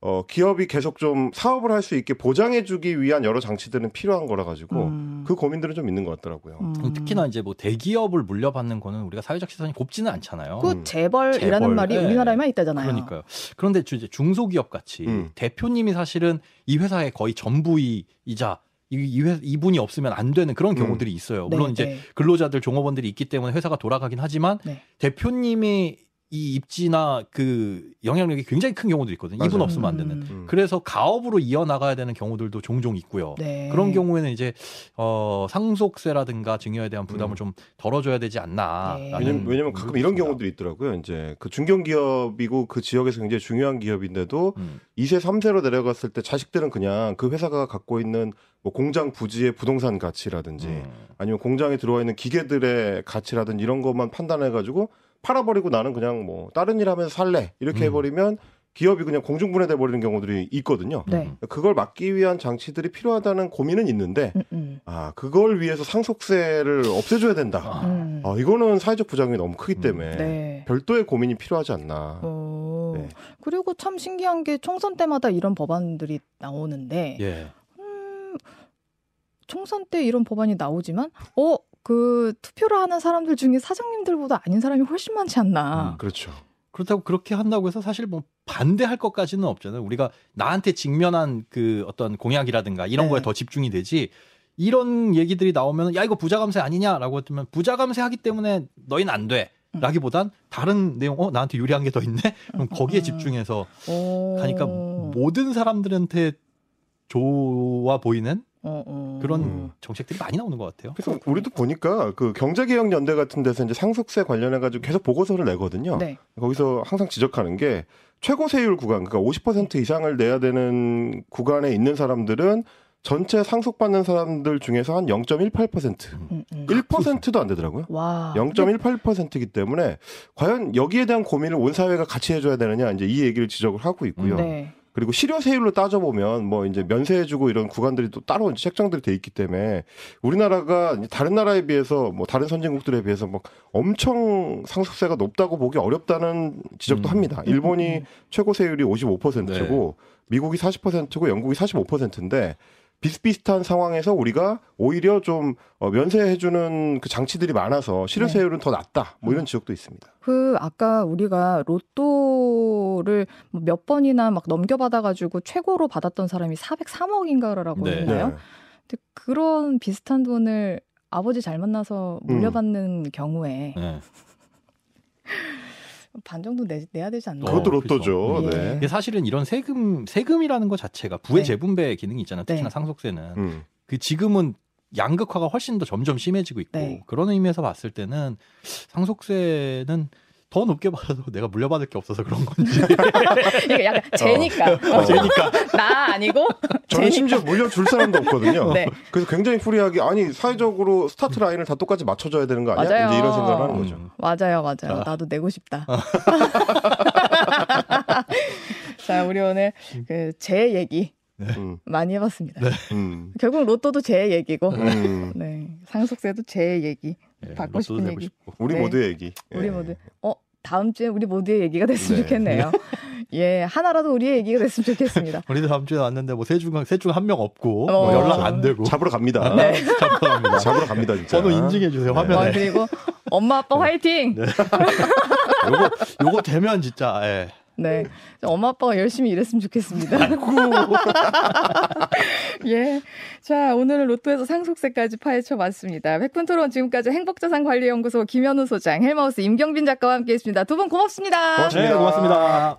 [SPEAKER 2] 어, 기업이 계속 좀 사업을 할 수 있게 보장해 주기 위한 여러 장치들은 필요한 거라 가지고
[SPEAKER 1] 음.
[SPEAKER 2] 그 고민들은 좀 있는 것 같더라고요.
[SPEAKER 1] 음.
[SPEAKER 3] 특히나 이제 뭐 대기업을 물려받는 거는 우리가 사회적 시선이 곱지는 않잖아요.
[SPEAKER 1] 그 재벌이라는
[SPEAKER 3] 음. 재벌,
[SPEAKER 1] 말이
[SPEAKER 3] 네.
[SPEAKER 1] 우리나라에만 있다잖아요.
[SPEAKER 3] 그러니까요. 그런데 주- 이제 중소기업 같이
[SPEAKER 2] 음.
[SPEAKER 3] 대표님이 사실은 이 회사의 거의 전부이자 이, 이 회, 이분이 없으면 안 되는 그런
[SPEAKER 2] 음.
[SPEAKER 3] 경우들이 있어요.
[SPEAKER 1] 네,
[SPEAKER 3] 물론 이제
[SPEAKER 1] 네.
[SPEAKER 3] 근로자들 종업원들이 있기 때문에 회사가 돌아가긴 하지만
[SPEAKER 1] 네.
[SPEAKER 3] 대표님이 이 입지나 그 영향력이 굉장히 큰 경우도 있거든요. 이분
[SPEAKER 2] 맞아요.
[SPEAKER 3] 없으면 안 되는.
[SPEAKER 1] 음.
[SPEAKER 2] 음.
[SPEAKER 3] 그래서 가업으로 이어나가야 되는 경우들도 종종 있고요.
[SPEAKER 1] 네.
[SPEAKER 3] 그런 경우에는 이제 어 상속세라든가 증여에 대한 부담을
[SPEAKER 2] 음.
[SPEAKER 3] 좀 덜어줘야 되지 않나.
[SPEAKER 1] 네.
[SPEAKER 2] 왜냐면, 왜냐면 가끔 이런 경우들이 있더라고요. 이제 그 중견기업이고 그 지역에서 굉장히 중요한 기업인데도 2세, 3세로 내려갔을 때 자식들은 그냥 그 회사가 갖고 있는 뭐 공장 부지의 부동산 가치라든지
[SPEAKER 3] 음.
[SPEAKER 2] 아니면 공장에 들어와 있는 기계들의 가치라든지 이런 것만 판단해가지고 팔아버리고 나는 그냥 뭐 다른 일 하면서 살래 이렇게
[SPEAKER 3] 음.
[SPEAKER 2] 해버리면 기업이 그냥 공중분해돼 버리는 경우들이 있거든요.
[SPEAKER 1] 네.
[SPEAKER 2] 그걸 막기 위한 장치들이 필요하다는 고민은 있는데
[SPEAKER 1] 음, 음.
[SPEAKER 2] 아 그걸 위해서 상속세를 없애줘야 된다.
[SPEAKER 3] 아.
[SPEAKER 1] 음.
[SPEAKER 2] 아, 이거는 사회적 부작용이 너무 크기
[SPEAKER 3] 음,
[SPEAKER 2] 때문에
[SPEAKER 1] 네.
[SPEAKER 2] 별도의 고민이 필요하지 않나.
[SPEAKER 1] 어.
[SPEAKER 2] 네.
[SPEAKER 1] 그리고 참 신기한 게 총선 때마다 이런 법안들이 나오는데
[SPEAKER 3] 예.
[SPEAKER 1] 음, 총선 때 이런 법안이 나오지만 어 그 투표를 하는 사람들 중에 사장님들보다 아닌 사람이 훨씬 많지 않나.
[SPEAKER 3] 음,
[SPEAKER 2] 그렇죠.
[SPEAKER 3] 그렇다고 그렇게 한다고 해서 사실 뭐 반대할 것까지는 없잖아요. 우리가 나한테 직면한 그 어떤 공약이라든가 이런
[SPEAKER 1] 네.
[SPEAKER 3] 거에 더 집중이 되지. 이런 얘기들이 나오면 야 이거 부자 감세 아니냐라고 했면 부자 감세하기 때문에 너희는 안 돼.
[SPEAKER 1] 음.
[SPEAKER 3] 라기보단 다른 내용 어 나한테 유리한 게 더 있네. 그럼 거기에
[SPEAKER 1] 음.
[SPEAKER 3] 집중해서
[SPEAKER 1] 오. 어,
[SPEAKER 3] 가니까 모든 사람들한테 좋아 보이는
[SPEAKER 1] 어, 어.
[SPEAKER 3] 그런
[SPEAKER 2] 음.
[SPEAKER 3] 정책들이 많이 나오는 것 같아요.
[SPEAKER 2] 그래서 우리도 보니까 그 경제개혁연대 같은 데서 이제 상속세 관련해 가지고 계속 보고서를 내거든요.
[SPEAKER 3] 음.
[SPEAKER 1] 네.
[SPEAKER 2] 거기서 항상 지적하는 게 최고 세율 구간 그러니까 50% 이상을 내야 되는 구간에 있는 사람들은 전체 상속받는 사람들 중에서 한 0.18%
[SPEAKER 1] 음, 아, 음.
[SPEAKER 2] 1%도 안 되더라고요.
[SPEAKER 1] 와.
[SPEAKER 2] 0.18%이기 때문에 과연 여기에 대한 고민을 온 사회가 같이 해줘야 되느냐 이제 이 얘기를 지적을 하고 있고요.
[SPEAKER 1] 네.
[SPEAKER 2] 그리고 실효세율로 따져보면 뭐 이제 면세해주고 이런 구간들이 또 따로 이제 책정들이 돼 있기 때문에 우리나라가 이제 다른 나라에 비해서 뭐 다른 선진국들에 비해서 막 엄청 상속세가 높다고 보기 어렵다는
[SPEAKER 3] 음.
[SPEAKER 2] 지적도
[SPEAKER 3] 네.
[SPEAKER 2] 합니다. 일본이 최고세율이 55%고 미국이 40%고 영국이 45%인데 비슷비슷한 상황에서 우리가 오히려 좀 어, 면세해주는 그 장치들이 많아서
[SPEAKER 3] 네.
[SPEAKER 2] 실효세율은 더 낮다 뭐
[SPEAKER 3] 음.
[SPEAKER 2] 이런 지적도 있습니다.
[SPEAKER 1] 그 아까 우리가 로또를 뭐몇 번이나 막 넘겨받아 가지고 최고로 받았던 사람이 403억인가라고
[SPEAKER 3] 네.
[SPEAKER 1] 했나요?
[SPEAKER 2] 네.
[SPEAKER 1] 근데 그런 비슷한 돈을 아버지 잘 만나서 물려받는
[SPEAKER 2] 음.
[SPEAKER 1] 경우에
[SPEAKER 3] 네.
[SPEAKER 1] 반 정도 내, 내야 되지 않나?
[SPEAKER 2] 네. 그것도
[SPEAKER 3] 어, 예.
[SPEAKER 1] 그죠.
[SPEAKER 2] 로또죠. 네.
[SPEAKER 3] 근데 사실은 이런 세금 세금이라는 것 자체가 부의
[SPEAKER 1] 네.
[SPEAKER 3] 재분배 기능이 있잖아요. 특히나
[SPEAKER 1] 네.
[SPEAKER 3] 상속세는
[SPEAKER 2] 음.
[SPEAKER 3] 그 지금은 양극화가 훨씬 더 점점 심해지고 있고
[SPEAKER 1] 네.
[SPEAKER 3] 그런 의미에서 봤을 때는 상속세는 더 높게 받아도 내가 물려받을 게 없어서 그런
[SPEAKER 2] (laughs)
[SPEAKER 3] 건지
[SPEAKER 1] (laughs) 이게 약간 재니까
[SPEAKER 2] 어,
[SPEAKER 3] 그러니까
[SPEAKER 1] (laughs) 나 아니고 재니까.
[SPEAKER 2] 저는 심지어 물려줄 사람도
[SPEAKER 1] (laughs)
[SPEAKER 2] 없거든요.
[SPEAKER 1] 네.
[SPEAKER 2] 그래서 굉장히 프리하게 아니 사회적으로 스타트 라인을 다 똑같이 맞춰줘야 되는 거 아니야?
[SPEAKER 1] 맞아요.
[SPEAKER 2] 이제 이런 생각을 하는 거죠.
[SPEAKER 3] 음.
[SPEAKER 1] 맞아요, 맞아요.
[SPEAKER 3] 아.
[SPEAKER 1] 나도 내고 싶다. (laughs) 자, 우리 오늘 그 제 얘기
[SPEAKER 3] 네.
[SPEAKER 2] 음,
[SPEAKER 1] 많이 해봤습니다.
[SPEAKER 2] 음,
[SPEAKER 1] 결국 로또도 제 얘기고,
[SPEAKER 2] 음.
[SPEAKER 1] 네 상속세도 제 얘기.
[SPEAKER 3] 예,
[SPEAKER 1] 받고
[SPEAKER 3] 로또도
[SPEAKER 1] 네, 싶은
[SPEAKER 3] 내고
[SPEAKER 1] 얘기.
[SPEAKER 3] 싶고.
[SPEAKER 2] 우리
[SPEAKER 1] 네.
[SPEAKER 2] 모두의 얘기.
[SPEAKER 1] 우리
[SPEAKER 2] 예.
[SPEAKER 1] 모두 어 다음 주에 우리 모두의 얘기가 됐으면 (laughs)
[SPEAKER 2] 네.
[SPEAKER 1] 좋겠네요. 예, 하나라도 우리의 얘기가 됐으면 좋겠습니다.
[SPEAKER 3] 우리도 다음 주에 왔는데 뭐 세 중 세 중 한 명 없고
[SPEAKER 1] 어.
[SPEAKER 3] 뭐 연락 안 되고
[SPEAKER 2] 잡으러 갑니다.
[SPEAKER 1] 네.
[SPEAKER 3] 잡혀갑니다.
[SPEAKER 2] 잡으러 갑니다 진짜.
[SPEAKER 3] 번호 인증해 주세요
[SPEAKER 2] 네.
[SPEAKER 1] 어,
[SPEAKER 3] 화면에.
[SPEAKER 1] 그리고 엄마 아빠 화이팅. 네.
[SPEAKER 3] 요거 요거 되면 진짜 예.
[SPEAKER 1] 네. 엄마 아빠가 열심히 일했으면 좋겠습니다.
[SPEAKER 3] 아이고.
[SPEAKER 1] (laughs) 예. 자, 오늘은 로또에서 상속세까지 파헤쳐 봤습니다. 백분 토론 지금까지 행복자산 관리연구소 김현우 소장, 헬마우스 임경빈 작가와 함께 했습니다. 두 분 고맙습니다.
[SPEAKER 2] 고맙습니다.
[SPEAKER 3] 네, 고맙습니다.